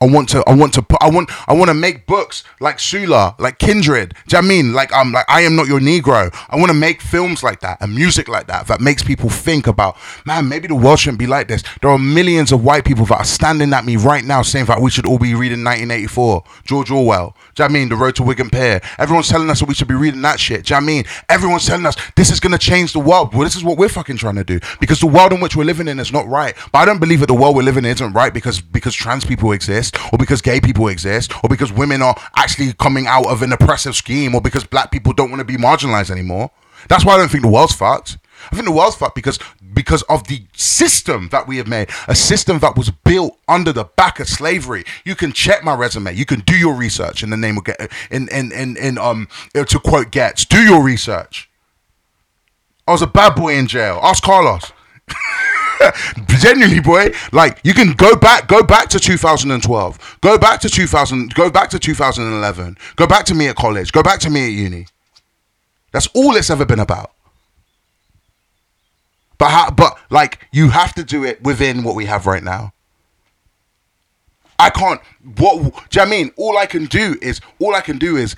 I want to I want to put I want I want to make books like Sula, like Kindred. Do you know what I mean? Like um like I am not your Negro. I want to make films like that and music like that that makes people think about, man, maybe the world shouldn't be like this. There are millions of white people that are standing at me right now saying that we should all be reading 1984, George Orwell. Do you know what I mean? The Road to Wigan Pier. Everyone's telling us that we should be reading that shit. Do you know what I mean? Everyone's telling us this is gonna change the world. Well, this is what we're fucking trying to do because the world in which we're living in is not right. But I don't believe that the world we're living in isn't right because because trans people exist or because gay people exist or because women are actually coming out of an oppressive scheme or because black people don't want to be marginalized anymore. That's why I don't think the world's fucked. I think the world's fucked because because of the system that we have made, a system that was built under the back of slavery. You can check my resume. You can do your research in the name of get in in in, in um to quote Getz, do your research. I was a bad boy in jail. Ask Carlos. Genuinely, boy, like you can go back, go back to 2012, go back to 2000, go back to 2011, go back to me at college, go back to me at uni. That's all it's ever been about. But how, but like you have to do it within what we have right now. I can't. What do you know what I mean? All I can do is all I can do is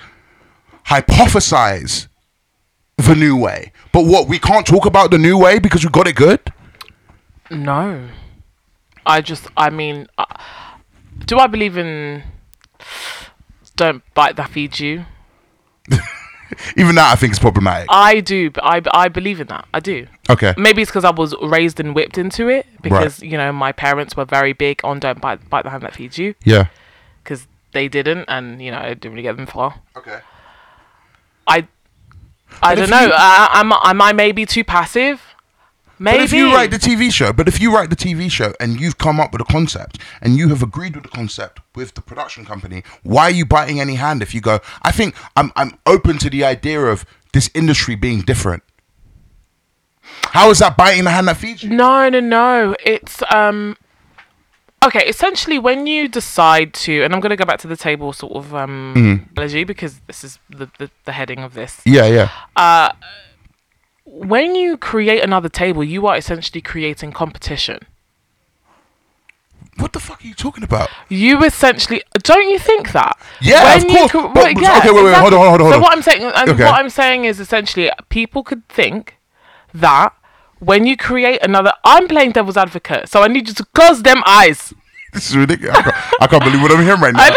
hypothesize the new way. But what we can't talk about the new way because we got it good. No. I just, I mean, uh, do I believe in don't bite that feeds you? Even that I think is problematic. I do, but I, I believe in that. I do. Okay. Maybe it's because I was raised and whipped into it because, you know, my parents were very big on don't bite, bite the hand that feeds you Yeah. because they didn't and, you know, it didn't really get them far. Okay. I, I But don't if know. you- I, am, am I maybe too passive? Maybe. But if you write the TV show, but if you write the TV show and you've come up with a concept and you have agreed with the concept with the production company, why are you biting any hand if you go, I think I'm I'm open to the idea of this industry being different. How is that biting the hand that feeds you? No, no, no. It's um okay, essentially when you decide to and I'm gonna go back to the table sort of um Mm-hmm. analogy because this is the, the, the heading of this. Yeah, yeah. When you create another table, you are essentially creating competition. What the fuck are you talking about? *laughs* You essentially don't you think that? Yeah, of you course, cr- but- but- okay, wait, wait, hold on, hold on, hold So on. what I'm saying, and Okay. what I'm saying is essentially, people could think that when you create another, I'm playing devil's advocate, so I need you to close them eyes. This is ridiculous. I can't, I can't believe what I'm hearing right now.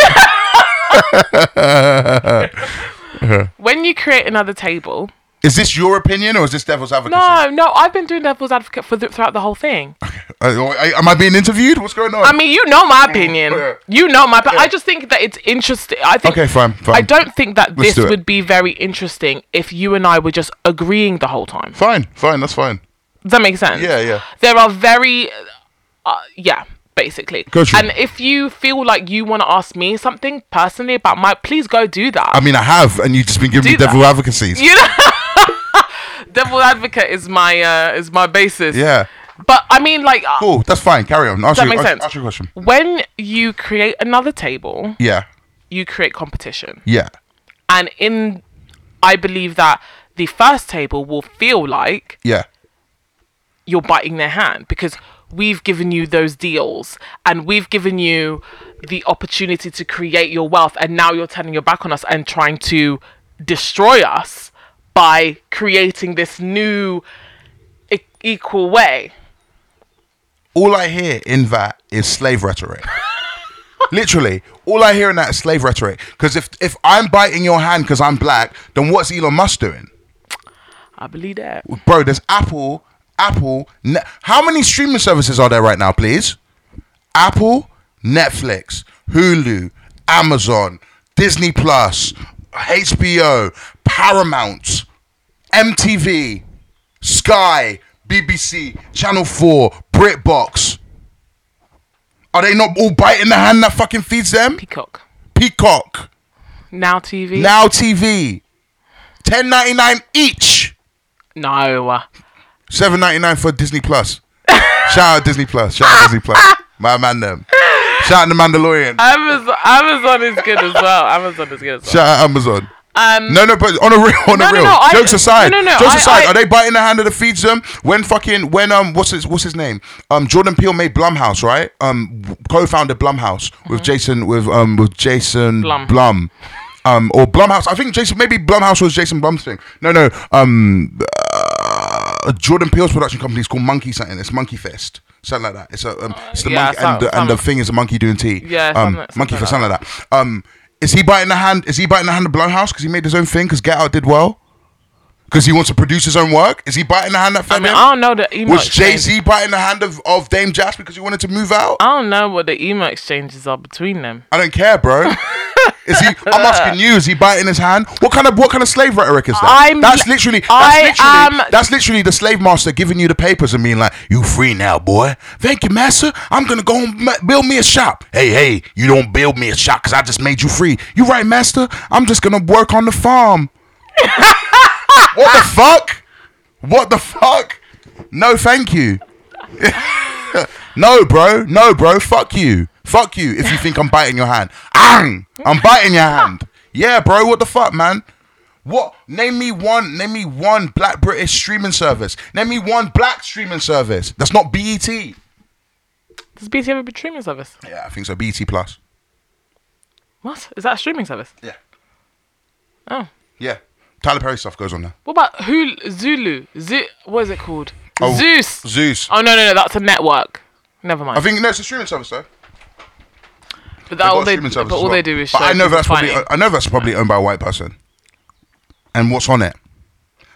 When you create another table, Is this your opinion or is this devil's advocacy? No, no, I've been doing devil's advocate for the, throughout the whole thing. Uh, I- am I being interviewed? What's going on? I mean, you know *laughs* my opinion. yeah. You know my. But I just think that it's interesting. I think. Okay, fine, fine. I don't think that Let's do this it. would be very interesting if you and I were just agreeing the whole time. fine, fine, that's fine. Does that make sense? Yeah, yeah. There are very, uh, yeah, basically. Go through. And if you feel like you want to ask me something personally about my, please go do that. I mean, I have, and you've just been giving me Do that. devil advocacy. *laughs* you know, *laughs* devil advocate is my uh, is my basis. Yeah. But I mean, like, uh, Cool. That's fine. Carry on. Ask that you- make ask- sense? Ask your question. when you create another table, Yeah. you create competition. Yeah. And in I believe that the first table will feel like Yeah. you're biting their hand because we've given you those deals and we've given you the opportunity to create your wealth and now you're turning your back on us and trying to destroy us by creating this new e- equal way. All I hear in that is *laughs* slave rhetoric. Literally, all I hear in that is slave rhetoric. Because if if I'm biting your hand because I'm black, then what's Elon Musk doing? I believe that. bro. There's Apple, Apple. Ne- How many streaming services are there right now, please? Apple, Netflix, Hulu, Amazon, Disney Plus, HBO, Paramount, MTV, Sky, BBC, Channel Four, BritBox. Are they not all biting the hand that fucking feeds them? Peacock. Peacock, Now TV. Now TV, ten ninety nine each. no. Seven ninety nine for Disney Plus. Shout out Disney Plus. Shout out Disney Plus. My man them. Shout out the Mandalorian. Amazon, Amazon is good as well. Amazon is good as well. Shout out Amazon. Um, No, no, but on a real, on No, no, a real. no, I- jokes aside, no, no, no, jokes I- aside, I- are they biting the hand that feeds them? When fucking when um what's his what's his name? Um Jordan Peele made Blumhouse, right? Um w- co-founded Blumhouse with Jason with um with Jason Mm-hmm. Blum. Blum. Um or Blumhouse. I think Jason maybe Blumhouse was Jason Blum's thing. No, no. Um uh, Jordan Peele's production company is called Monkey something. It's Monkey Fest. Something like that. It's a um, it's the Uh, yeah, monkey some- and the, some- and the thing is a monkey doing tea. Yeah, um, something like- monkey something for like something like that. Um, is he biting the hand? Is he biting the hand of Blumhouse because he made his own thing? Because Get Out did well. Because he wants to produce his own work. Is he biting the hand that I fed mean, him? I don't know the email. Was Jay exchange- Z biting the hand of, of Dame Jazz because he wanted to move out? I don't know what the email exchanges are between them. I don't *laughs* care, bro. Is he? I'm asking you. Is he biting his hand? What kind of what kind of slave rhetoric is that? I'm- that's literally. That's I literally, am- That's literally the slave master giving you the papers and being like, "You free now, boy. Thank you, master. I'm gonna go and ma- build me a shop. Hey, hey, you don't build me a shop because I just made you free. You right, master? I'm just gonna work on *laughs* the farm. what the fuck? What the fuck? No, thank you. No, bro. No, bro. Fuck you. Fuck you if you think I'm biting your hand. Ang! I'm biting your hand. Yeah, bro. What the fuck, man? What? Name me one. Name me one black British streaming service. Name me one black streaming service that's not E BET. Yeah, Does BT have a streaming service? I think so. BET Plus. What? Is that a streaming service? Yeah. Oh. Yeah. Tyler Perry stuff goes on there. What about who Zulu? Zoo, what is it called? Oh, Zeus. Zeus. Oh no no no, that's a network. Never mind. I think no, it's a streaming service though. but that, They've got all a they streaming service but as all well. they do is show But I know people that's probably fighting. I know that's probably owned by a white person. And what's on it?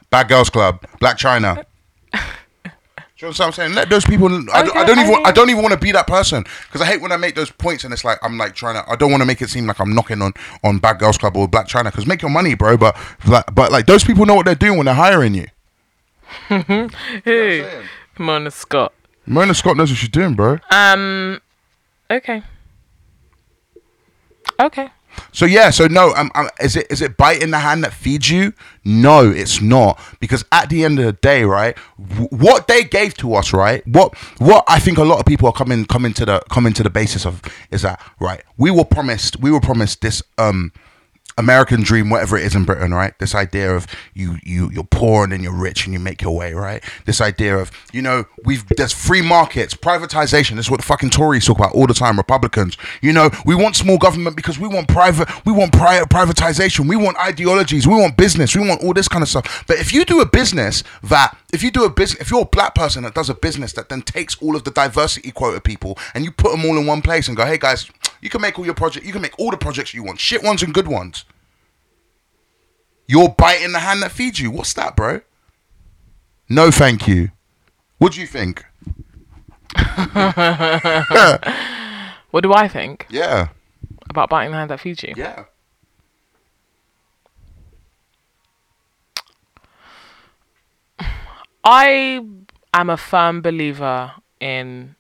Bad Girls Club, *laughs* Black China. Do you understand what I'm saying? Let those people. I, don't- I Okay, don't even. I want- I hear don't even want to be that person because I hate when I make those points and it's like I'm like trying to. I don't want to make it seem like I'm knocking on on Bad Girls Club or Black China because make your money, bro. But like, but like those people know what they're doing when they're hiring you. Who? *laughs* I'm saying. Mona Scott. Mona Scott knows what she's doing, bro. Um. Okay. Okay. So yeah, so no, um, um, is it is it biting the hand that feeds you? No, it's not because at the end of the day, right, w- what they gave to us, right, what what I think a lot of people are coming coming to the coming to the basis of is that right? We were promised we were promised this um American dream, whatever it is in Britain, right? This idea of you you you're poor and then you're rich and you make your way, right? This idea of you know we've there's free markets, privatization. This is what the fucking Tories talk about all the time. Republicans, you know, we want small government because we want private, we want pri- privatization, we want ideologies, we want business, we want all this kind of stuff. But if you do a business that, if you do a business, if you're a black person that does a business that then takes all of the diversity quota people and you put them all in one place and go, hey guys. You can make all your project. You can make all the projects you want, shit ones and good ones. You're biting the hand that feeds you. What's that, bro? No, thank you. What do you think? What do I think Yeah, about biting the hand that feeds you? yeah. I am a firm believer in.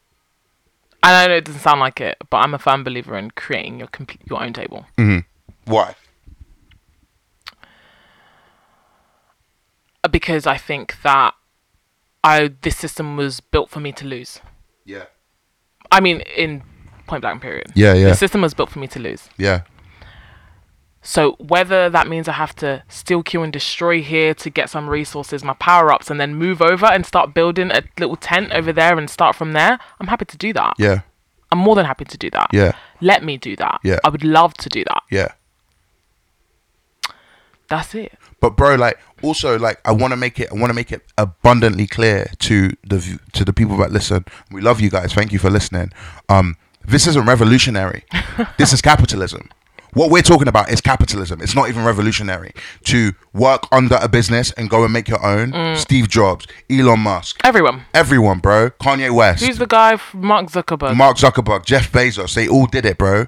And I know it doesn't sound like it, but I'm a firm believer in creating your comp- your own table. Mm. Why? because I think that I this system was built for me to lose. Yeah, I mean, in point blank period. Yeah, yeah. The system was built for me to lose. yeah, So whether that means I have to steal, kill, and destroy here to get some resources, my power ups, and then move over and start building a little tent over there and start from there, I'm happy to do that. yeah, I'm more than happy to do that. yeah, Let me do that. Yeah. I would love to do that. yeah. That's it. But bro, like, also, like, I want to make it. I want to make it abundantly clear to the v- to the people that listen. We love you guys. Thank you for listening. Um, this isn't *laughs* revolutionary. this is capitalism. What we're talking about is capitalism. It's not even revolutionary. To work under a business and go and make your own. Mm. Steve Jobs, Elon Musk, Everyone. Everyone, bro. Kanye West, Who's the guy? f- Mark Zuckerberg. Mark Zuckerberg, Jeff Bezos, they all did it, bro.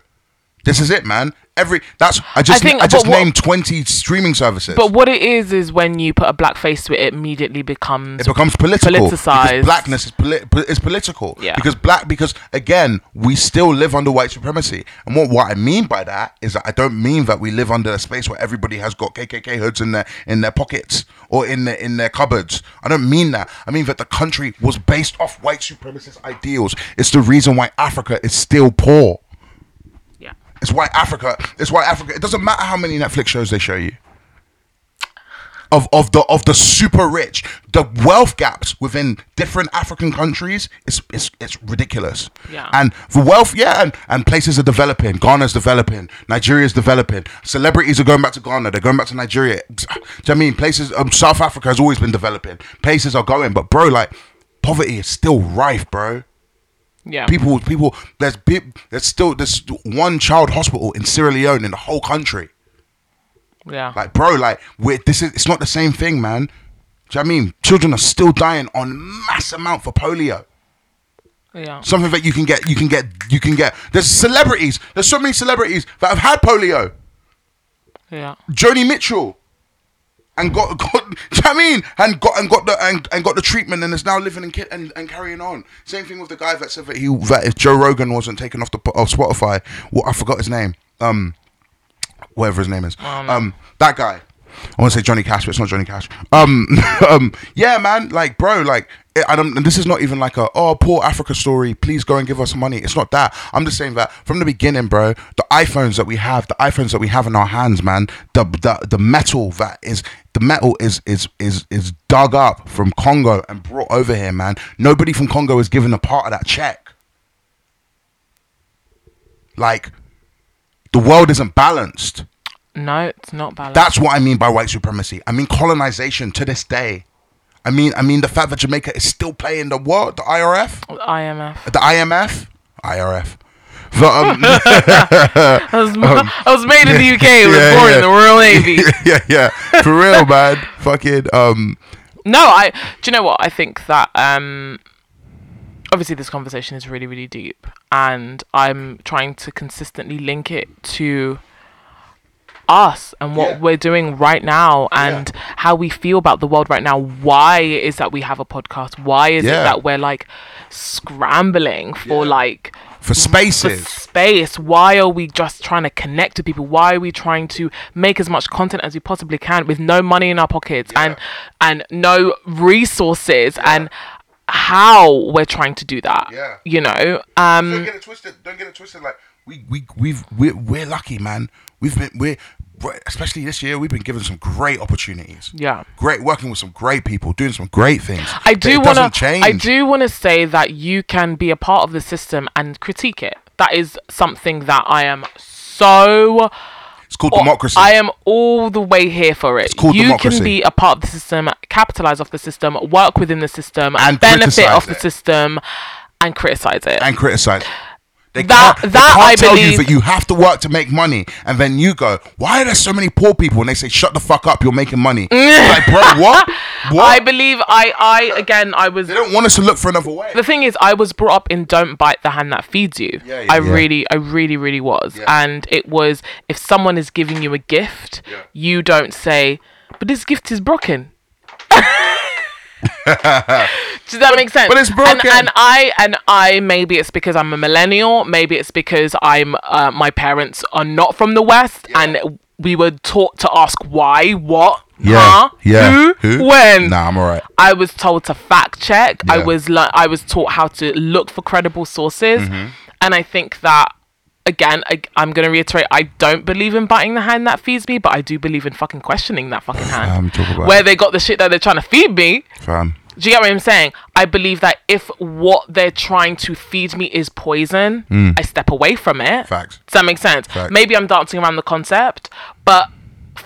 This is it, man. Every that's I just I, think- just but what- named twenty streaming services. But what it is is when you put a black face to it, it immediately becomes it becomes political. because politicized. Blackness is poli- po- is political. Yeah. Because black because again, we still live under white supremacy. And what, what I mean by that is that I don't mean that we live under a space where everybody has got KKK hoods in their in their pockets or in their in their cupboards. I don't mean that. I mean that the country was based off white supremacist ideals. It's the reason why Africa is still poor. yeah. It's why Africa. It's why Africa. It doesn't matter how many Netflix shows they show you. Of of the of the super rich, the wealth gaps within different African countries is it's it's ridiculous. Yeah. And the wealth, yeah, and, and places are developing. Ghana's developing. Nigeria's developing. Celebrities are going back to Ghana. They're going back to Nigeria. Do you know what I mean places? Um, South Africa has always been developing. Places are going, but bro, like poverty is still rife, bro Yeah. people people there's big there's still there's one child hospital in Sierra Leone in the whole country. yeah. Like bro, like we're, this is it's not the same thing, man. Do you know what I mean? Children are still dying on mass amount for polio. yeah. Something that you can get, you can get, you can get. There's celebrities. There's so many celebrities that have had polio. Yeah. Joni Mitchell, and got, *laughs* got do you know what I mean? And got and got the and, and got the treatment, and is now living and, ki- and and carrying on. Same thing with the guy that said that he that if Joe Rogan wasn't taken off the po- off Spotify, what I forgot his name, um, whatever his name is, um, that guy. I want to say Johnny Cash, but it's not Johnny Cash. Um, *laughs* um, yeah, man, like, bro, like, it- I don't. And this is not even like a oh poor Africa story. Please go and give us money. It's not that. I'm just saying that from the beginning, bro. The iPhones that we have, the iPhones that we have in our hands, man. The the, the metal that is the metal is is is is dug up from Congo and brought over here, man. Nobody from Congo is given a part of that check. Like, the world isn't balanced. No, it's not balanced. That's what I mean by white supremacy. I mean colonization to this day. I mean, I mean the fact that Jamaica is still playing the what? The IRF, IMF. the IMF, IRF. The, um, *laughs* *laughs* I was, I was made in the UK. was Oh. *laughs* yeah, born yeah. in the Royal *laughs* Navy. yeah, yeah, for real, man. Fucking um, No, I. Do you know what? I think that um, obviously this conversation is really, really deep, and I'm trying to consistently link it to us and what Yeah. we're doing right now and how we feel about the world right now. Why is that we have a podcast? Why is Yeah. it that we're like scrambling for like for for spaces. space. Why are we just trying to connect to people? Why are we trying to make as much content as we possibly can with no money in our pockets and and no resources and how we're trying to do that? Yeah. You know, um, Don't get it twisted. Don't get it twisted. Like we we we've we're, we're lucky, man. We've been we're we're- especially this year. We've been given some great opportunities. Yeah. great working with some great people, doing some great things. I It do want doesn't to. change. I do want to say that you can be a part of the system and critique it. That is something that I am so. It's called democracy. I am all the way here for it. called you democracy. can be a part of the system, capitalize off the system, work within the system, And benefit criticize off the it. system, and criticize it. and criticize. They That- that can't, they can't I tell you believe- that you have to work to make money, and then you go, "Why are there so many poor people?" And they say, "Shut the fuck up! You're making *laughs* money." like, bro, what? I What? believe I, I again, I was. they don't want us to look for another way. *laughs* The thing is, I was brought up in "Don't bite the hand that feeds you." Yeah, yeah, I yeah. really, I really, really was, and it was if someone is giving you a gift, Yeah. you don't say, "But this gift is *laughs* broken." Does that make sense? but it's broken. And, and I and I maybe it's because I'm a millennial. Maybe it's because I'm uh, my parents are not from the West, and we were taught to ask why, what, huh, who, when. Nah, I'm alright. I was told to fact check. I Yeah. was le- I was taught how to look for credible sources, Mm-hmm. and I think that again, I, I'm going to reiterate: I don't believe in biting the hand that feeds me, but I do believe in fucking questioning that fucking I'm hand. talking Um, about Where Where they got the shit that they're trying to feed me. fam. Do you get what I'm saying? I believe that if what they're trying to feed me is poison, I step away from it. Mm. Facts. Does that make sense? Facts. Maybe I'm dancing around the concept, but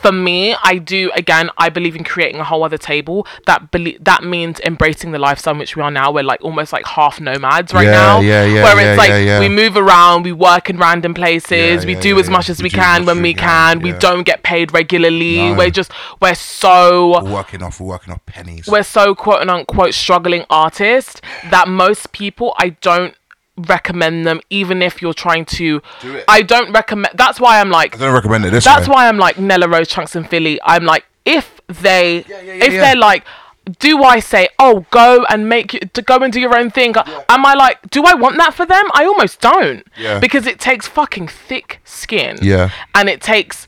for me, I do again. I believe in creating a whole other table. That belie- that means embracing the lifestyle in which we are now. We're like almost like half nomads right Yeah, now. yeah, yeah, Where yeah, it's like yeah, yeah. we move around, we work in random places, Yeah, we yeah, do yeah, as yeah. much as We we do as can much when as we we can. can, We yeah. don't get paid regularly. No. We're just we're so We're working off. We're working off pennies. we're so quote unquote struggling artists that most people I don't recommend them even if you're trying to Do it. I don't recommend that's why I'm like I don't recommend it this that's way. why I'm like Nella Rose Chunks and Philly I'm like if they yeah, yeah, if yeah. they're like do I say oh go and make to go and do your own thing am I like do I want that for them I almost don't Yeah. because it takes fucking thick skin Yeah. and it takes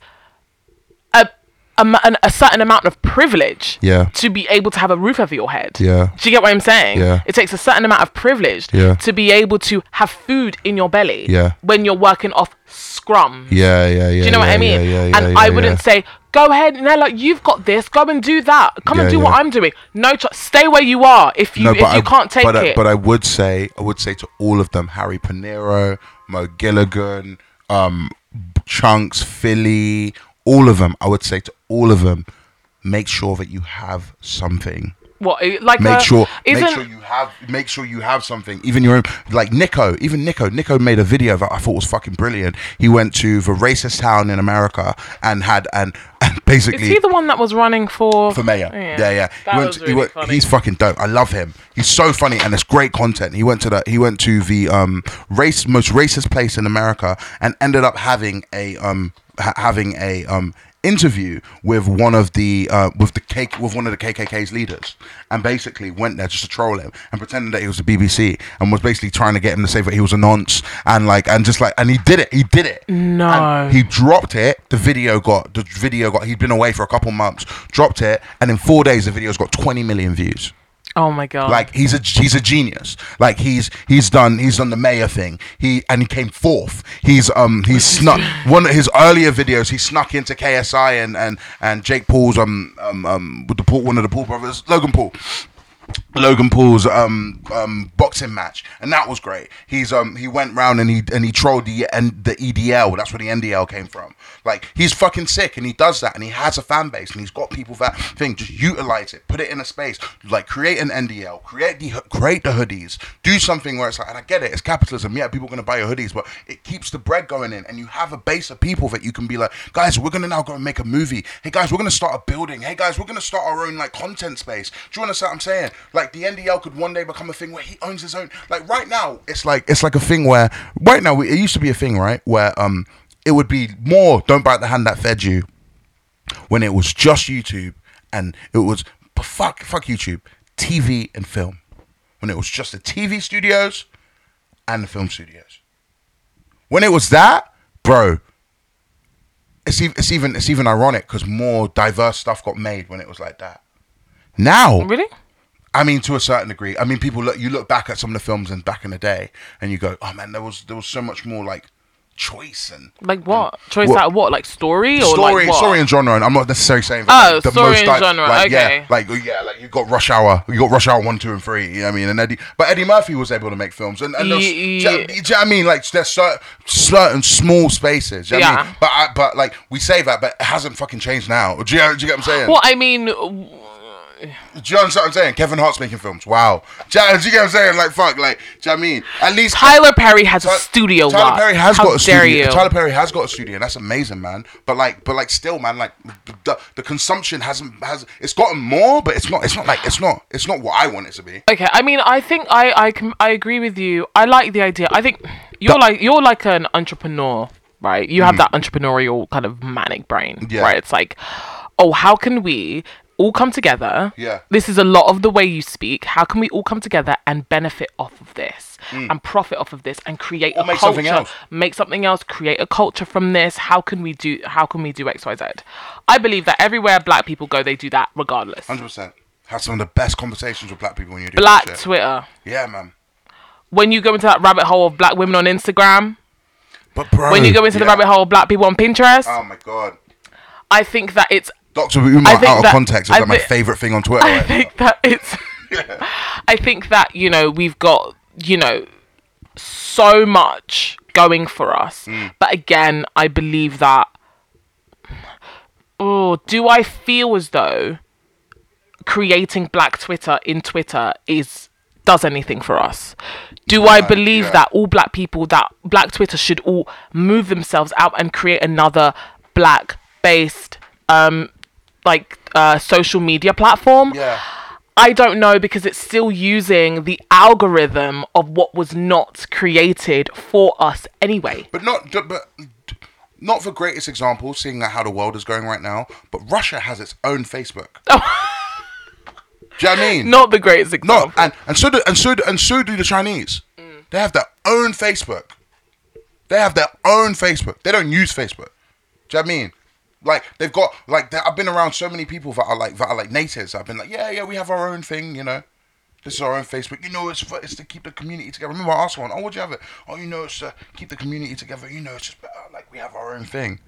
a a, ma- an- a certain amount of privilege Yeah. to be able to have a roof over your head. Yeah. Do you get what I'm saying? Yeah. It takes a certain amount of privilege Yeah. to be able to have food in your belly Yeah. when you're working off scrum. Yeah, yeah, yeah. Do you know what I mean? and I wouldn't say, go ahead, Nella, you've got this. Go and do that. Come and Yeah, do what yeah. I'm doing. No, ch- stay where you are if you if you I, can't take but I, it. but I would say, I would say to all of them: Harry Panero, Mo Gilligan, um, Chunks, Philly, all of them. I would say to all of them, make sure that you have something. what eh, like Make uh, sure, isn't make sure you have, make sure you have something. Even your own, like Nico. Even Nico, Nico made a video that I thought was fucking brilliant. He went to the racist town in America and had and, and *laughs* basically is he the one that was running for for mayor. Yeah, Yeah. yeah. That He went was to- he really went- funny. He's fucking dope. I love him. He's so funny and it's great content. He went to the he went to the um race most racist place in America and ended up having a um ha- having a um interview with one of the uh, with the K- with one of the KKK's leaders and basically went there just to troll him and pretended that he was the BBC and was basically trying to get him to say that he was a nonce and like and just like and he did it he did it No. and he dropped it. The video got the video got. He'd been away for a couple months. Dropped it, and in four days, the video's got 20 million views. oh my god Like he's a he's a genius. Like he's he's done he's done the mayor thing. He and he came fourth. He's um he's snuck one of his earlier videos. He snuck into KSI and and and Jake Paul's um um um with the Paul, one of the Paul brothers Logan Paul Logan Paul's um, um, boxing match, and that was great. He's um, he went round and he and he trolled the and the EDL. That's where the NDL came from. Like he's fucking sick, and he does that, and he has a fan base, and he's got people that thing. Just utilize it, put it in a space, like create an NDL, create the create the hoodies, do something where it's like. And I get it, it's capitalism. Yeah, people are gonna buy your hoodies, but it keeps the bread going in, and you have a base of people that you can be like, guys, we're gonna now go and make a movie. Hey guys, we're gonna start a building. Hey guys, we're gonna start our own like content space. Do you understand what I'm saying? Like like the NDL could one day become a thing where he owns his own. Like right now, it's like it's like a thing where right now it used to be a thing, right? Where um, it would be more don't bite the hand that fed you when it was just YouTube and it was but fuck fuck YouTube, TV and film when it was just the TV studios and the film studios. When it was that, bro, it's even it's even it's even ironic because more diverse stuff got made when it was like that. Now, Really? I mean, to a certain degree. I mean, people look. You look back at some of the films and back in the day, and you go, "Oh man, there was there was so much more like choice and Like what? Choice What? out of what? Like story or story, like what? story and genre." And I'm not necessarily saying Oh, like, story and like- genre, Like, okay. Yeah, like yeah, like you got Rush Hour, you got Rush Hour one, two, and three. You know what I mean? And Eddie, but Eddie Murphy was able to make films, and, and there's, Ye- do you know- ye- do you know what I mean? Like there's certain, certain small spaces. Do you know what I Yeah. mean? But I, but like we say that, but it hasn't fucking changed now. Do you, do you get what I'm saying? Well, I mean, w- Do you understand what I'm saying? Kevin Hart's making films. Wow. Do you, do you get what I'm saying? Like, fuck. Like, do you know what I mean? At least Tyler Perry has a Ty- studio. Tyler lot. Perry has How got a dare studio. You? Tyler Perry has got a studio. That's amazing, man. But like, but like, still, man, like the, the consumption hasn't has it's gotten more, but it's not. It's not like it's not. It's not what I want it to be. Okay, I mean, I think I I com- I agree with you. I like the idea. I think you're like you're like an entrepreneur, right? You have that entrepreneurial kind of manic brain, Mm. Yeah. right? It's like, oh, how can we all come together? Yeah. This is a lot of the way you speak. How can we all come together and benefit off of this and profit off of this and create a Mm. make culture? something else. Make something else, create a culture from this. How can we do how can we do XYZ? I believe that everywhere black people go, they do that regardless. Hundred percent. Have some of the best conversations with black people when you do Black that shit. Twitter. Yeah, man. when you go into that rabbit hole of black women on Instagram, But bro, when you go into the Mm. yeah. rabbit hole of black people on Pinterest, Oh my god. I think that it's Dr. Umar I think out of that- context is I like my thi- favorite thing on Twitter. I right now. think that it's I think that you know we've got you know so much going for us, but again, I believe that. Oh, do I feel as though creating black Twitter in Twitter is does anything for us? Do I believe yeah. that all black people that black Twitter should all move themselves out and create another black based um like uh social media platform? Yeah. I don't know because it's still using the algorithm of what was not created for us anyway. But not but not the greatest example, seeing that how the world is going right now. But Russia has its own Facebook. Oh. Do you know what I mean? Not the greatest example. No, and, and so do and so do, and so do the Chinese. They have their own Facebook. They have their own Facebook. They don't use Facebook. Do you know what I mean? Like they've got like they- I've been around so many people that are like that are like natives. I've been like, yeah, yeah, we have our own thing, you know. This is our own Facebook. You know, it's for, it's to keep the community together. Remember, I asked one, oh, would you have it? Oh, you know, it's to keep the community together. You know, it's just better. like we have our own thing.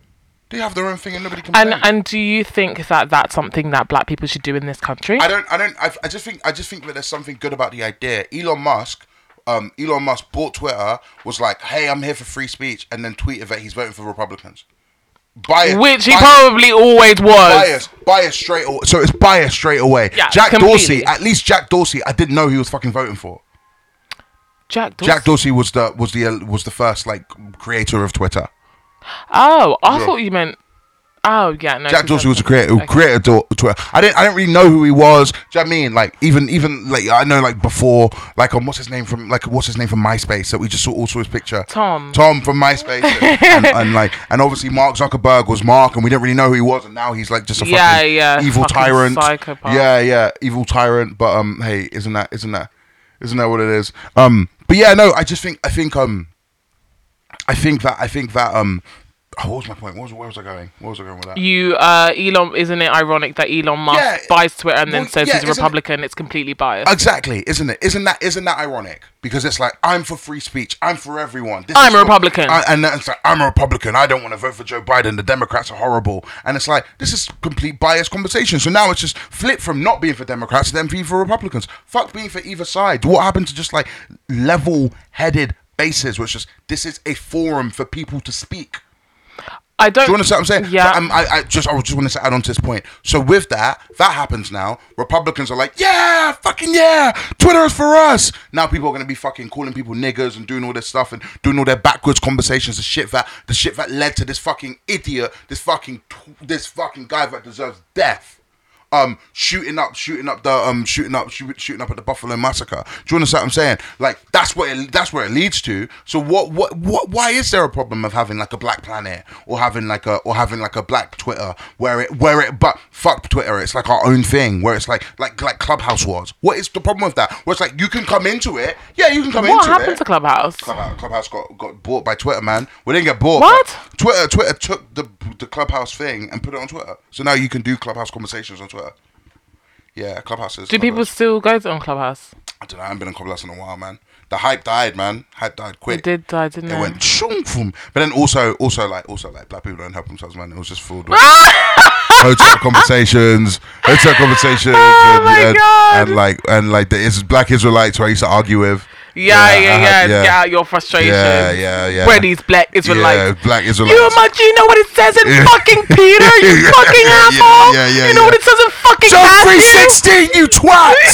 They have their own thing, and nobody can. And and do you think that that's something that black people should do in this country? I don't. I don't. I, I just think. I just think that there's something good about the idea. Elon Musk. Um, Elon Musk bought Twitter. Was like, "Hey, I'm here for free speech," and then tweeted that he's voting for Republicans. Bias, Which he bias- probably always was. bias, bias straight away. So it's bias straight away. Yeah, Jack completely. Dorsey. At least Jack Dorsey. I didn't know he was fucking voting for. Jack Dorsey. Jack Dorsey was the was the uh, was the first like creator of Twitter. Oh, I thought you meant. Oh yeah, no. Jack 'cause Dorsey was that's- a creator, creator to Twitter. I didn't, I didn't really know who he was. Do you know what I mean? Like even, even like I know like before, like um, what's his name from like what's his name from MySpace that we just saw all saw his picture. Tom. Tom *laughs* from MySpace, and, and, and, like and obviously Mark Zuckerberg was Mark, and we didn't really know who he was, and now he's like just a Yeah, fucking yeah, evil fucking tyrant, psychopath. yeah, yeah, evil tyrant. But um, hey, isn't that isn't that isn't that what it is? Um, but yeah, no, I just think I think um. I think that I think that um Oh, what was my point? What was, where was I going? Where was I going with that? You, uh, Elon, isn't it ironic that Elon Musk Yeah. buys Twitter and then Well, says yeah, he's a isn't it- Republican? It's completely biased. Exactly, isn't it? Isn't that isn't that ironic? Because it's like I'm for free speech. I'm for everyone. This I'm is a what- Republican. I, and it's like I'm a Republican. I don't want to vote for Joe Biden. The Democrats are horrible. And it's like this is complete biased conversation. So now it's just flip from not being for Democrats to then being for Republicans. Fuck being for either side. What happened to just like level-headed bases? Which is this is a forum for people to speak. I don't. Do you understand what I'm saying? Yeah. So I'm, I, I just, I just want to add on to this point. So with that, that happens now. Republicans are like, yeah, fucking yeah, Twitter is for us. Now people are going to be fucking calling people niggers and doing all this stuff and doing all their backwards conversations. The shit that, the shit that led to this fucking idiot, this fucking, tw- this fucking guy that deserves death. Um, shooting up, shooting up the, um, shooting up, shoot, shooting up at the Buffalo massacre. Do you understand what I'm saying? Like that's what it, that's where it leads to. So what, what, what? Why is there a problem of having like a black planet or having like a or having like a black Twitter where it where it but fuck Twitter? It's like our own thing where it's like like like Clubhouse was. What is the problem with that? Where it's like you can come into it. Yeah, you can come what into happened it. to Clubhouse? Clubhouse, Clubhouse got, got bought by Twitter, man. We didn't get bought. What? but Twitter Twitter took the the Clubhouse thing and put it on Twitter. So now you can do Clubhouse conversations on Twitter. Yeah, Clubhouse is. Do people still go to on Clubhouse? I don't know. I haven't been on Clubhouse in a while, man. The hype died, man. Hype died quick. It did die, didn't it? It went shung from. But then also, also like, also like, black people don't help themselves, man. It was just full. *laughs* Hotel conversations, hotel conversations, and, Oh my and- God. and like and like the it's black Israelites who I used to argue with. yeah, yeah, I yeah, had- Get out your frustration. Yeah, yeah, yeah. Where these black Israelites. Yeah, black Israelites. You much you know what it says in Yeah. fucking Peter, you *laughs* Yeah, fucking yeah, yeah, asshole. yeah, yeah, you know yeah. what it says in fucking John three Matthew. sixteen, *laughs* you *laughs* twat!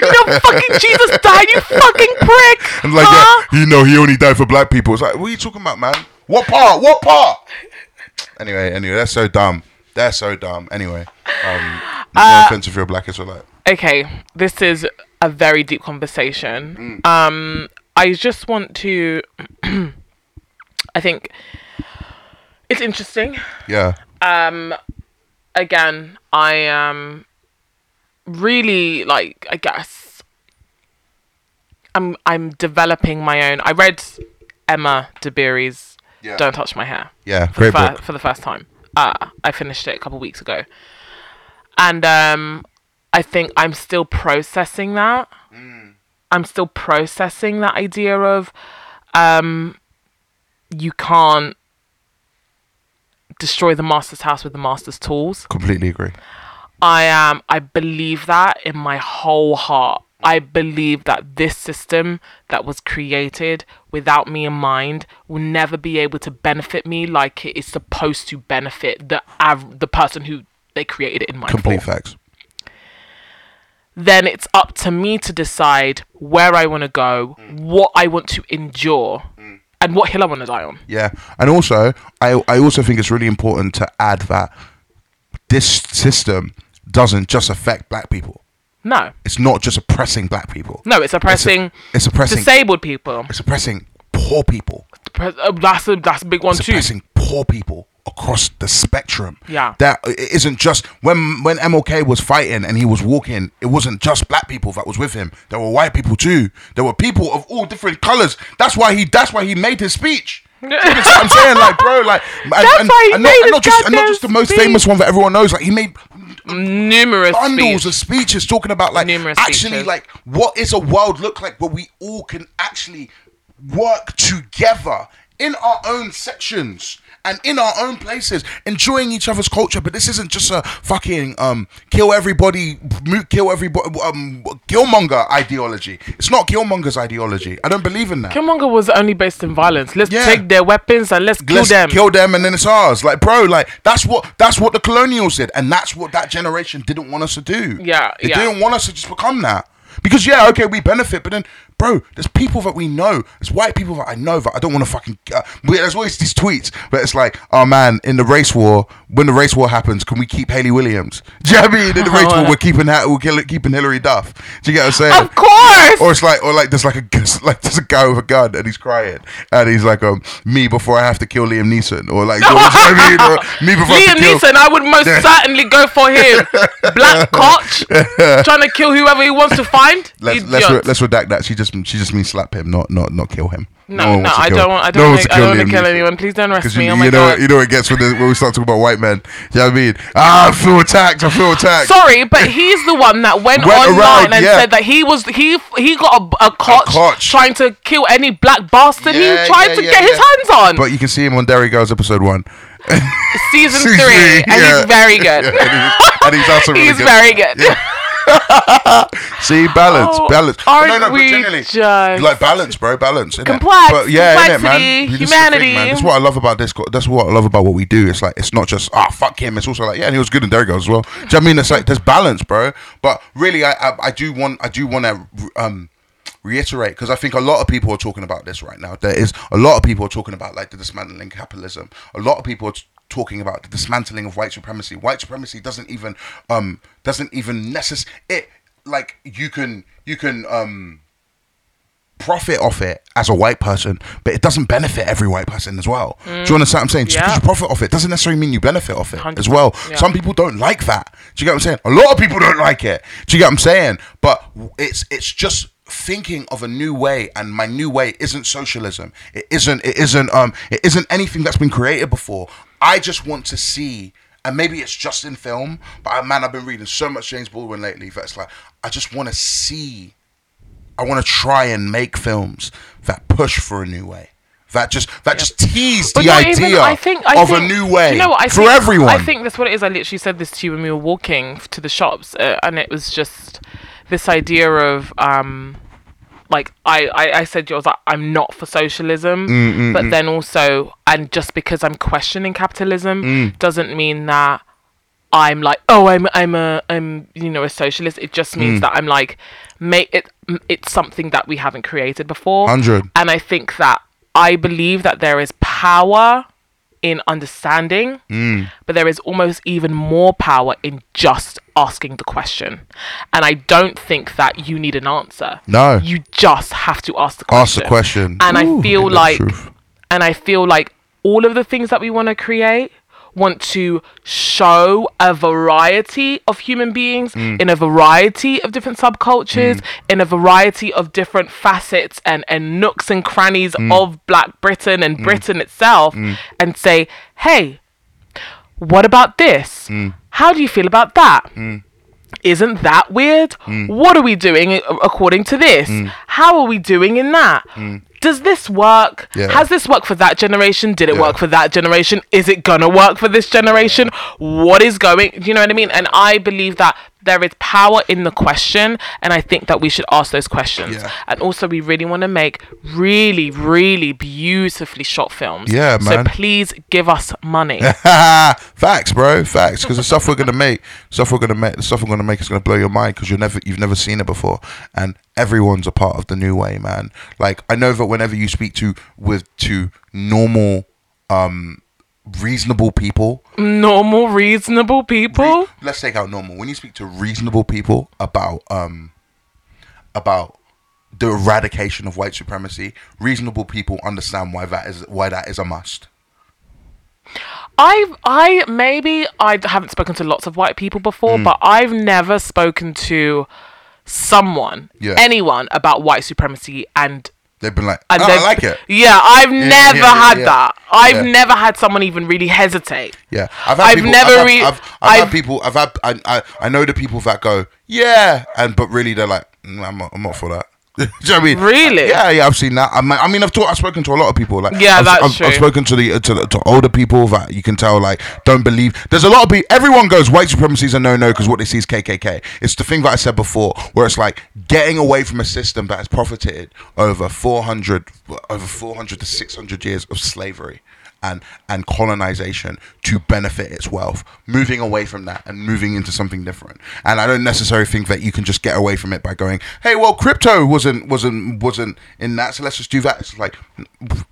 You know fucking Jesus died, *laughs* you fucking prick. And like huh? that, you know, he only died for black people. It's like, what are you talking about, man? What part? What part? Anyway, anyway, that's so dumb. That's so dumb. Anyway, um, Uh, no offense if you're black Israelite. okay, this is a very deep Mm. conversation. Um, I just want to. *clears throat* I think it's interesting. Yeah, Again, I am really like. I guess I'm. I'm developing my own. I read Emma DeBerry's Yeah. "Don't Touch My Hair." yeah, for the, great fir- book. for the first time. Uh, I finished it a couple weeks ago, and um, I think I'm still processing that. Mm. I'm still processing that idea of um, you can't destroy the master's house with the master's tools. Completely agree. I am. I believe that in my whole heart. I believe that this system that was created without me in mind will never be able to benefit me like it is supposed to benefit the av- the person who they created it in mind Complete for. facts. Then it's up to me to decide where I want to go, what I want to endure, and what hill I want to die on. Yeah, and also, I I also think it's really important to add that this system doesn't just affect black people. No, It's not just oppressing black people. no, it's oppressing It's oppressing. disabled people. it's oppressing poor people. Depress- uh, that's a that's a big one too. suppressing poor people across the spectrum. Yeah. that uh, it isn't just when when MLK was fighting and he was walking. It wasn't just black people that was with him. There were white people too. There were people of all different colors. That's why he. That's why he made his *laughs* speech. Do you understand what I'm saying, like, bro, like, and, That's and- why he and not, made and not his just, and not goddamn just the most speech. famous one that everyone knows. Like, he made Numerous bundles speech. of speeches talking about like Numerous actually speeches. like what is a world look like where we all can actually work together in our own sections and in our own places enjoying each other's culture but this isn't just a fucking um kill everybody mo- kill everybody um killmonger ideology it's not killmonger's ideology i don't believe in that Killmonger was only based in violence. Let's Yeah. take their weapons and let's kill Let's them. kill them and then it's ours like bro like that's what that's what the colonials did and that's what that generation didn't want us to do Yeah, they yeah. didn't want us to just become that because yeah okay we benefit but then bro there's people that we know there's white people that i know that i don't want to fucking uh, we- there's always these tweets but it's like oh man in the race war when the race war happens can we keep haley williams *laughs* do you know what i *laughs* mean in the race war we're keeping Ha- we're kill- keeping hillary duff do you get what i'm saying Of course. or it's like, or like, there's like a there's *laughs* like there's a guy with a gun and he's crying and he's like, um, me before I have to kill Liam Neeson, or like, you *laughs* know what I mean? Or, me before I Liam have to kill. Neeson, I would most Yeah. certainly go for *laughs* him. Black Koch, trying to kill whoever he wants to find. Let's let's, Idiot. re- let's redact that. She just she just means slap him, not not not kill him. No No, one no, wants to I kill- don't want. I no one don't. wants want to to, I kill don't want Liam to kill Neeson. anyone. Please don't arrest Because you, me. oh you my know, god. you know, what it gets when, the, when we start talking about white men. You know what I mean? Ah, I feel attacked. I feel attacked. Sorry, but he's the one that went, Went online around, and yeah. said that he was he he got a, a, cotch cotch. trying to kill any black bastard Yeah, he tried yeah, to yeah, get his yeah. hands on. but you can see him on Derry Girls episode one. season Season three, three, and yeah. he's very good. *laughs* and, he's, and he's also *laughs* really he's good. very good. See balance, Oh, balance. aren't no, no, we but generally, just- like balance, bro, balance. innit? Complex, but yeah, innit, complexity, man. This is the thing, humanity. man. That's what I love about this. co- That's what I love about what we do. It's like it's not just ah fuck him. It's also like yeah, and he was good in Derry Girls as well. Do you know what I mean? It's like there's balance, bro. But really, I I, I do want I do want to um reiterate because I think a lot of people are talking about this right now. There is a lot of people are talking about like the dismantling capitalism. A lot of people are t- talking about the dismantling of white supremacy. White supremacy doesn't even um doesn't even necess it like you can you can um profit off it as a white person, but it doesn't benefit every white person as well. Do you understand what I'm saying? Just because Mm. Yeah. you profit off it doesn't necessarily mean you benefit off it as 100%, well. yeah. Some people don't like that. Do you get what I'm saying? A lot of people don't like it. Do you get what I'm saying? But w- it's it's just thinking of a new way and my new way isn't socialism it isn't it isn't um it isn't anything that's been created before i just want to see and maybe it's just in film but uh, man i've been reading so much james baldwin lately that's like i just want to see I want to try and make films that push for a new way. That just that just tease the not idea of a new way Do you know what? I for think, everyone. I think that's what it is. I literally said this to you when we were walking f- to the shops, uh, and it was just this idea of. Um, like I, I, I said, to you, I was like, I'm not for socialism, Mm, but then also, and just because I'm questioning capitalism Mm. doesn't mean that I'm like, oh, I'm, I'm a, I'm, you know, a socialist. It just Mm. means that I'm like, make it, m- it's something that we haven't created before. 100. And I think that I believe that there is power in understanding, Mm. but there is almost even more power in just asking the question. And I don't think that you need an answer. No. You just have to ask the question. Ask the question. And Ooh, I feel that's like truth. and I feel like all of the things that we want to create want to show a variety of human beings Mm. in a variety of different subcultures in a variety of different facets and, and nooks and crannies Mm. of black britain and britain itself and say hey what about this Hmm. how do you feel about that isn't that weird? Hmm. What are we doing a- according to this? How are we doing in that? Does this work? Hmm. Yeah. Has this worked for that generation? Did it Yeah. work for that generation? Is it gonna work for this generation? What is going? You know what I mean? And I believe that there is power in the question, and I think that we should ask those questions. Yeah. And also, we really want to make really, really beautifully shot films. Yeah, So man. please give us money. *laughs* Facts, bro. Facts. Because the stuff we're gonna make, stuff we're gonna make, the stuff we're gonna make is gonna blow your mind because you never, you've never seen it before, and everyone's a part of the new way, man. Like I know that whenever you speak to with to normal, um, reasonable people, Normal, reasonable people. let's take out normal. When you speak to reasonable people about um about the eradication of white supremacy, reasonable people understand why that is why that is a must. I've I maybe I haven't spoken to lots of white people before, Mm. but I've never spoken to someone, Yeah. anyone about white supremacy and. They've been like, And "Oh, I they've- like it. Yeah, I've never yeah, yeah, had yeah. that. I've Yeah. never had someone even really hesitate. Yeah, I've, I've never I've, re- I've, I've, I've I've- had people. I've had. I, I I know the people that go, yeah, and but really they're like, "Mm, I'm not, I'm not for that. *laughs* Do you know what I mean? Really? Yeah, yeah. I've seen that. I, mean- I mean, I've talked. I've spoken to a lot of people. Like, Yeah, I've, that's I've, true. I've spoken to the to, the- to older people that you can tell like don't believe. There's a lot of people. Everyone goes white supremacy is a no no because what they see is KKK. It's the thing that I said before, where it's like getting away from a system that has profited over 400 over 400 to 600 years of slavery and and colonization to benefit its wealth moving away from that and moving into something different and i don't necessarily think that you can just get away from it by going hey well crypto wasn't wasn't wasn't in that so let's just do that it's like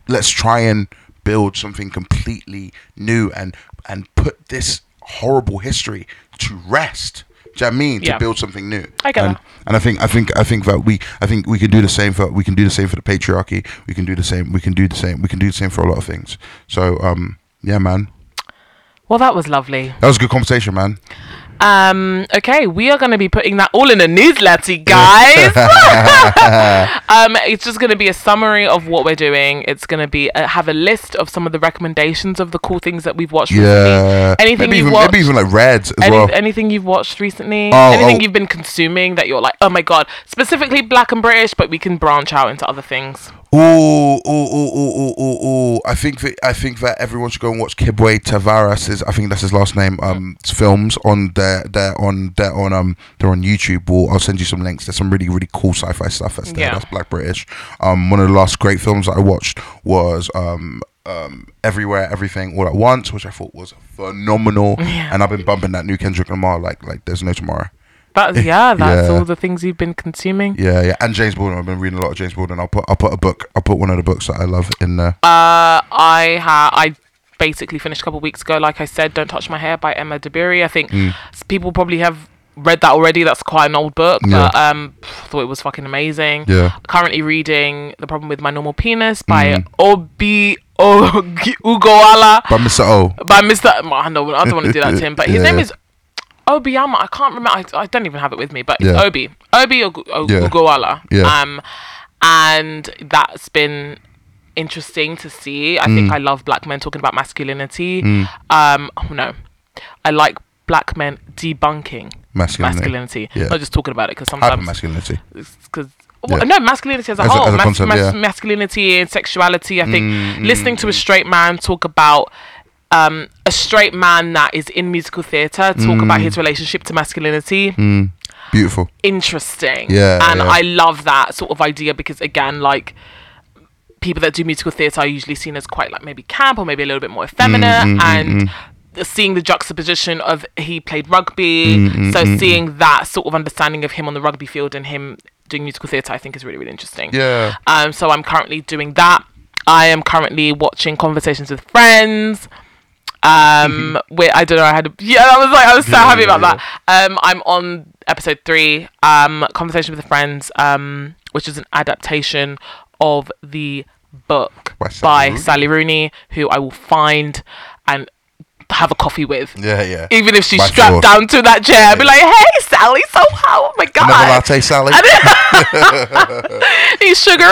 let's try and build something completely new and and put this horrible history to rest do you know what I mean Yeah. to build something new? I get and, that. and I think I think I think that we I think we can do the same for we can do the same for the patriarchy. We can do the same. We can do the same. We can do the same for a lot of things. So um yeah, man, Well, that was lovely. that was a good conversation, man. Um, okay, we are going to be putting that all in a newsletter, guys. *laughs* *laughs* um, it's just going to be a summary of what we're doing. It's going to be uh, have a list of some of the recommendations of the cool things that we've watched Yeah. recently. Anything maybe you've even, watched? Maybe even like Reds as Any, well. Anything you've watched recently? Oh, anything oh. you've been consuming that you're like, oh my god, specifically black and British, but we can branch out into other things. Ooh, ooh, ooh, ooh, ooh, ooh, ooh. I think that I think that everyone should go and watch Kibwe Tavares's. I think that's his last name. Um, films on their they're on they're on um they're on YouTube. Or I'll send you some links. There's some really really cool sci-fi stuff that's there. Yeah. That's Black British. Um, one of the last great films that I watched was um. Um, everywhere, everything, all at once, which I thought was phenomenal, *laughs* Yeah. and I've been bumping that new Kendrick Lamar like like there's no tomorrow. *laughs* That's yeah, that's Yeah. all the things you've been consuming. Yeah, yeah, and James Baldwin. I've been reading a lot of James Baldwin. I'll put I'll put a book. I'll put one of the books that I love in there. Uh, I ha- I basically finished a couple weeks ago. Like I said, "Don't Touch My Hair" by Emma DeBerry. I think s- people probably have read that already. That's quite an old book, but um, pff, thought it was fucking amazing. Yeah. Currently reading "The Problem with My Normal Penis" by Obi Ogi- Ugowala By Mr. O. by Mr. I don't, I don't want to do that to him, but his *laughs* Yeah. name is Obiyama. I can't remember. I, I don't even have it with me, but it's Yeah. Obi. Obi Ogu- O- Yeah. Ugowala. Yeah. Um, and that's been interesting to see. I think Mm. I love black men talking about masculinity. Um, oh no, I like black men debunking Masculinity. masculinity, Yeah. not just talking about it because sometimes Hyper masculinity. because well, Yeah. no masculinity as a As a- whole as a mas- concept, mas- yeah. Mm-hmm. masculinity and sexuality i think listening to a straight man talk about um, a straight man that is in musical theater talk Mm. about his relationship to masculinity Beautiful. interesting Yeah, and yeah. i love that sort of idea because again like people that do musical theater are usually seen as quite like maybe camp or maybe a little bit more effeminate Mm, and seeing the juxtaposition of he played rugby Mm, so seeing that sort of understanding of him on the rugby field and him doing musical theater i think is really really interesting Yeah. um so i'm currently doing that i am currently watching conversations with friends um where i don't know i had a, yeah i was like i was so Mm-hmm. Yeah, happy yeah, about that um i'm on episode three um conversation with friends um which is an adaptation of the book By by Sally sally, Rooney. rooney who i will find and have a coffee with Yeah, yeah. even if she's By strapped force. down to that chair i'd be like hey sally so how oh my god Another latte, Sally. Need *laughs* sugar.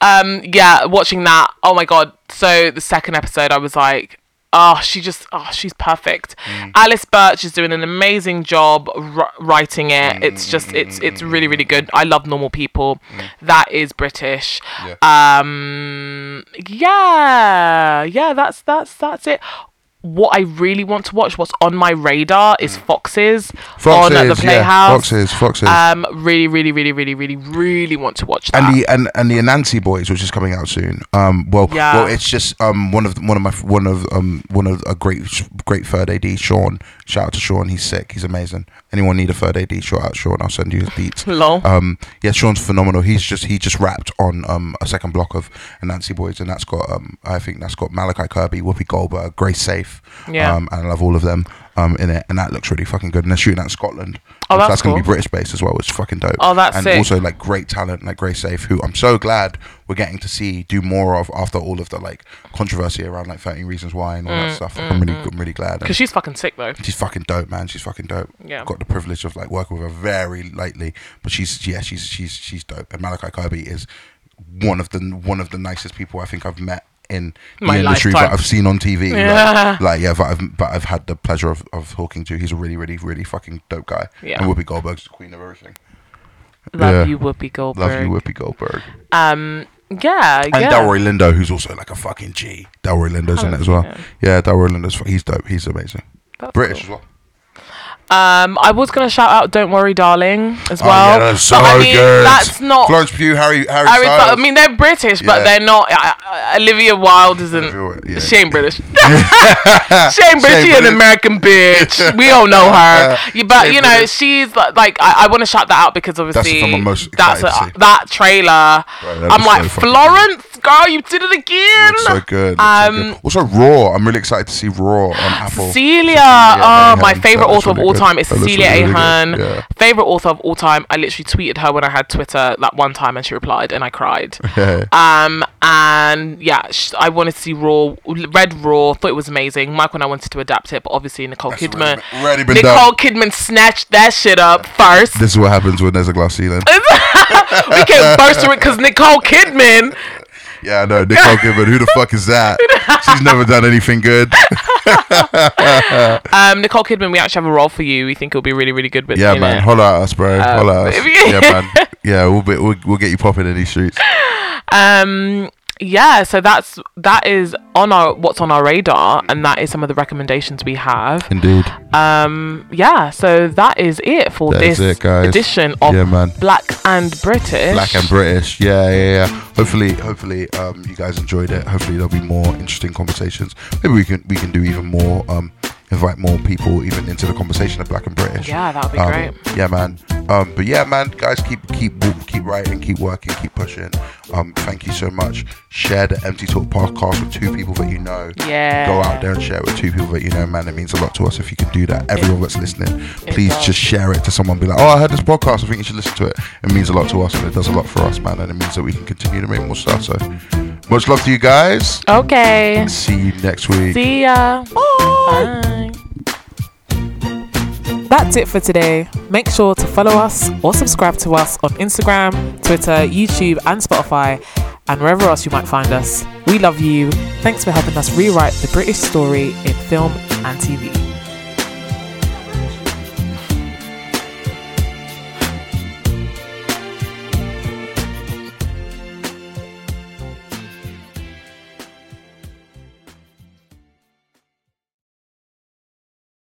um, yeah, watching that. Oh my god. So the second episode, I was like, oh, she just, oh, she's perfect. Mm. Alice Birch is doing an amazing job r- writing Mm, it. It's just, it's, it's really, really good. I love normal people. That is British. Mm. Yeah. Um, yeah, yeah. That's that's that's it. What I really want to watch, what's on my radar, is Foxes, Mm. Foxes, on the yeah. Playhouse. Foxes, Foxes. Um, really, really, really, really, really, really want to watch that. and the and, and the Anansi Boys, which is coming out soon. Um, well, Yeah. well, it's just um one of one of my one of um one of a great great third AD Sean. Shout out to Sean. He's sick. He's amazing. Anyone need a third AD? Shout out Sean. I'll send you his beats. Lol. Um, yeah, Sean's phenomenal. He's just he just rapped on um a second block of Anansi Boys, and that's got um I think that's got Malachi Kirby, Whoopi Goldberg, Grace Safe. Yeah. Um, and I love all of them. Um, in it, and that looks really fucking good. And they're shooting at Scotland. Oh, So that's gonna be cool. British based as well, which is fucking dope. Oh, that's and sick. also also like great talent like Grace Safe, who I'm so glad we're getting to see do more of after all of the like controversy around like 13 Reasons Why and all Mm, that stuff. Like, I'm really, I'm really glad. Because And she's fucking sick though. she's fucking dope, man. She's fucking dope. Yeah. Got the privilege of like working with her very lately, but she's yeah, she's she's she's dope. And Malachi Kirby is one of the one of the nicest people I think I've met. In the My industry lifetime. that I've seen on TV, like- Yeah. like, yeah, but I've but I've had the pleasure of, of talking to. He's a really, really, really fucking dope guy. Yeah. And Whoopi Goldberg's the queen of everything. Love Yeah. you, Whoopi Goldberg. Love you, Whoopi Goldberg. Um, yeah, And yeah. Delroy Lindo, who's also like a fucking G. Delroy Lindo's in it as well. yeah. Yeah, Delroy Lindo's fu- he's dope. He's amazing. That's British cool. as well. Um, I was gonna shout out "Don't Worry, Darling" as well. oh, yeah, that's so but I mean, good. that's not. Florence Pugh, Harry, Harry I, was- Styles. I mean, they're British, but Yeah. they're not. I, I, Olivia Wilde isn't. Olivia- yeah. She ain't *laughs* British. she ain't British. She an British. American *laughs* bitch. We all know her. You- but Shane you know, British. she's li- like. I, I want to shout that out because obviously the film I'm most that's excited to a, see. that trailer. that I'm was like so fucking Florence, girl, you did it again. Looks so good. Looks so Um, good. Also, Raw. I'm really excited to see Raw on *gasps* Apple. Cecilia, Cecilia oh, my Mayhem. favorite That looks author of really all good. time is That looks Cecilia really good, Ahern, yeah. favorite author of all time. I literally tweeted her when I had Twitter that one time, and she replied, and I cried. *laughs* *laughs* Yeah. Um, and yeah, sh- I wanted to see Raw, read Raw, thought it was amazing. Mike and I wanted to adapt it, but obviously Nicole That's Kidman, already been- already been Nicole Kidman snatched that shit up first. This is what happens when there's a glass ceiling. Um, we *laughs* can burst through it because Nicole Kidman. Yeah, I know. Nicole Kidman, who the fuck *laughs* is that? She's never done anything good. Um, Nicole Kidman, we actually have a role for you. We think it'll be really, really good with Yeah, you man. know. Holla at us, bro. Holla at us. Uh, if you- Yeah, *laughs* man. Yeah, we'll, be, we'll, we'll get you popping in these streets. um yeah so that's that is on our what's on our radar and that is some of the recommendations we have Indeed. um yeah so that is it for That is this it, guys. edition of Yeah, man. black and british Black and British. Yeah, yeah, yeah. Hopefully, hopefully, um, you guys enjoyed it. Hopefully, there'll be more interesting conversations. Maybe we can we can do even more. Um, invite more people even into the conversation of Black and British. Yeah, that would be Um, great. Yeah, man. Um, but yeah, man, guys, keep keep keep writing, keep working, keep pushing. Um, thank you so much. Share the Empty Talk podcast with two people that you know. Yeah. Go out there and share it with two people that you know, man. It means a lot to us if you can do that. Everyone that's listening, please does. just share it to someone. Be like, oh, I heard this podcast. I think you should listen to it. It means a lot to us, and it does a lot for us, man. And it means that we can continue to make more stuff. So, much love to you guys. okay See you next week. see ya bye That's it for today. Make sure to follow us or subscribe to us on Instagram, Twitter, YouTube, and Spotify, and wherever else you might find us. We love you. Thanks for helping us rewrite the British story in film and TV.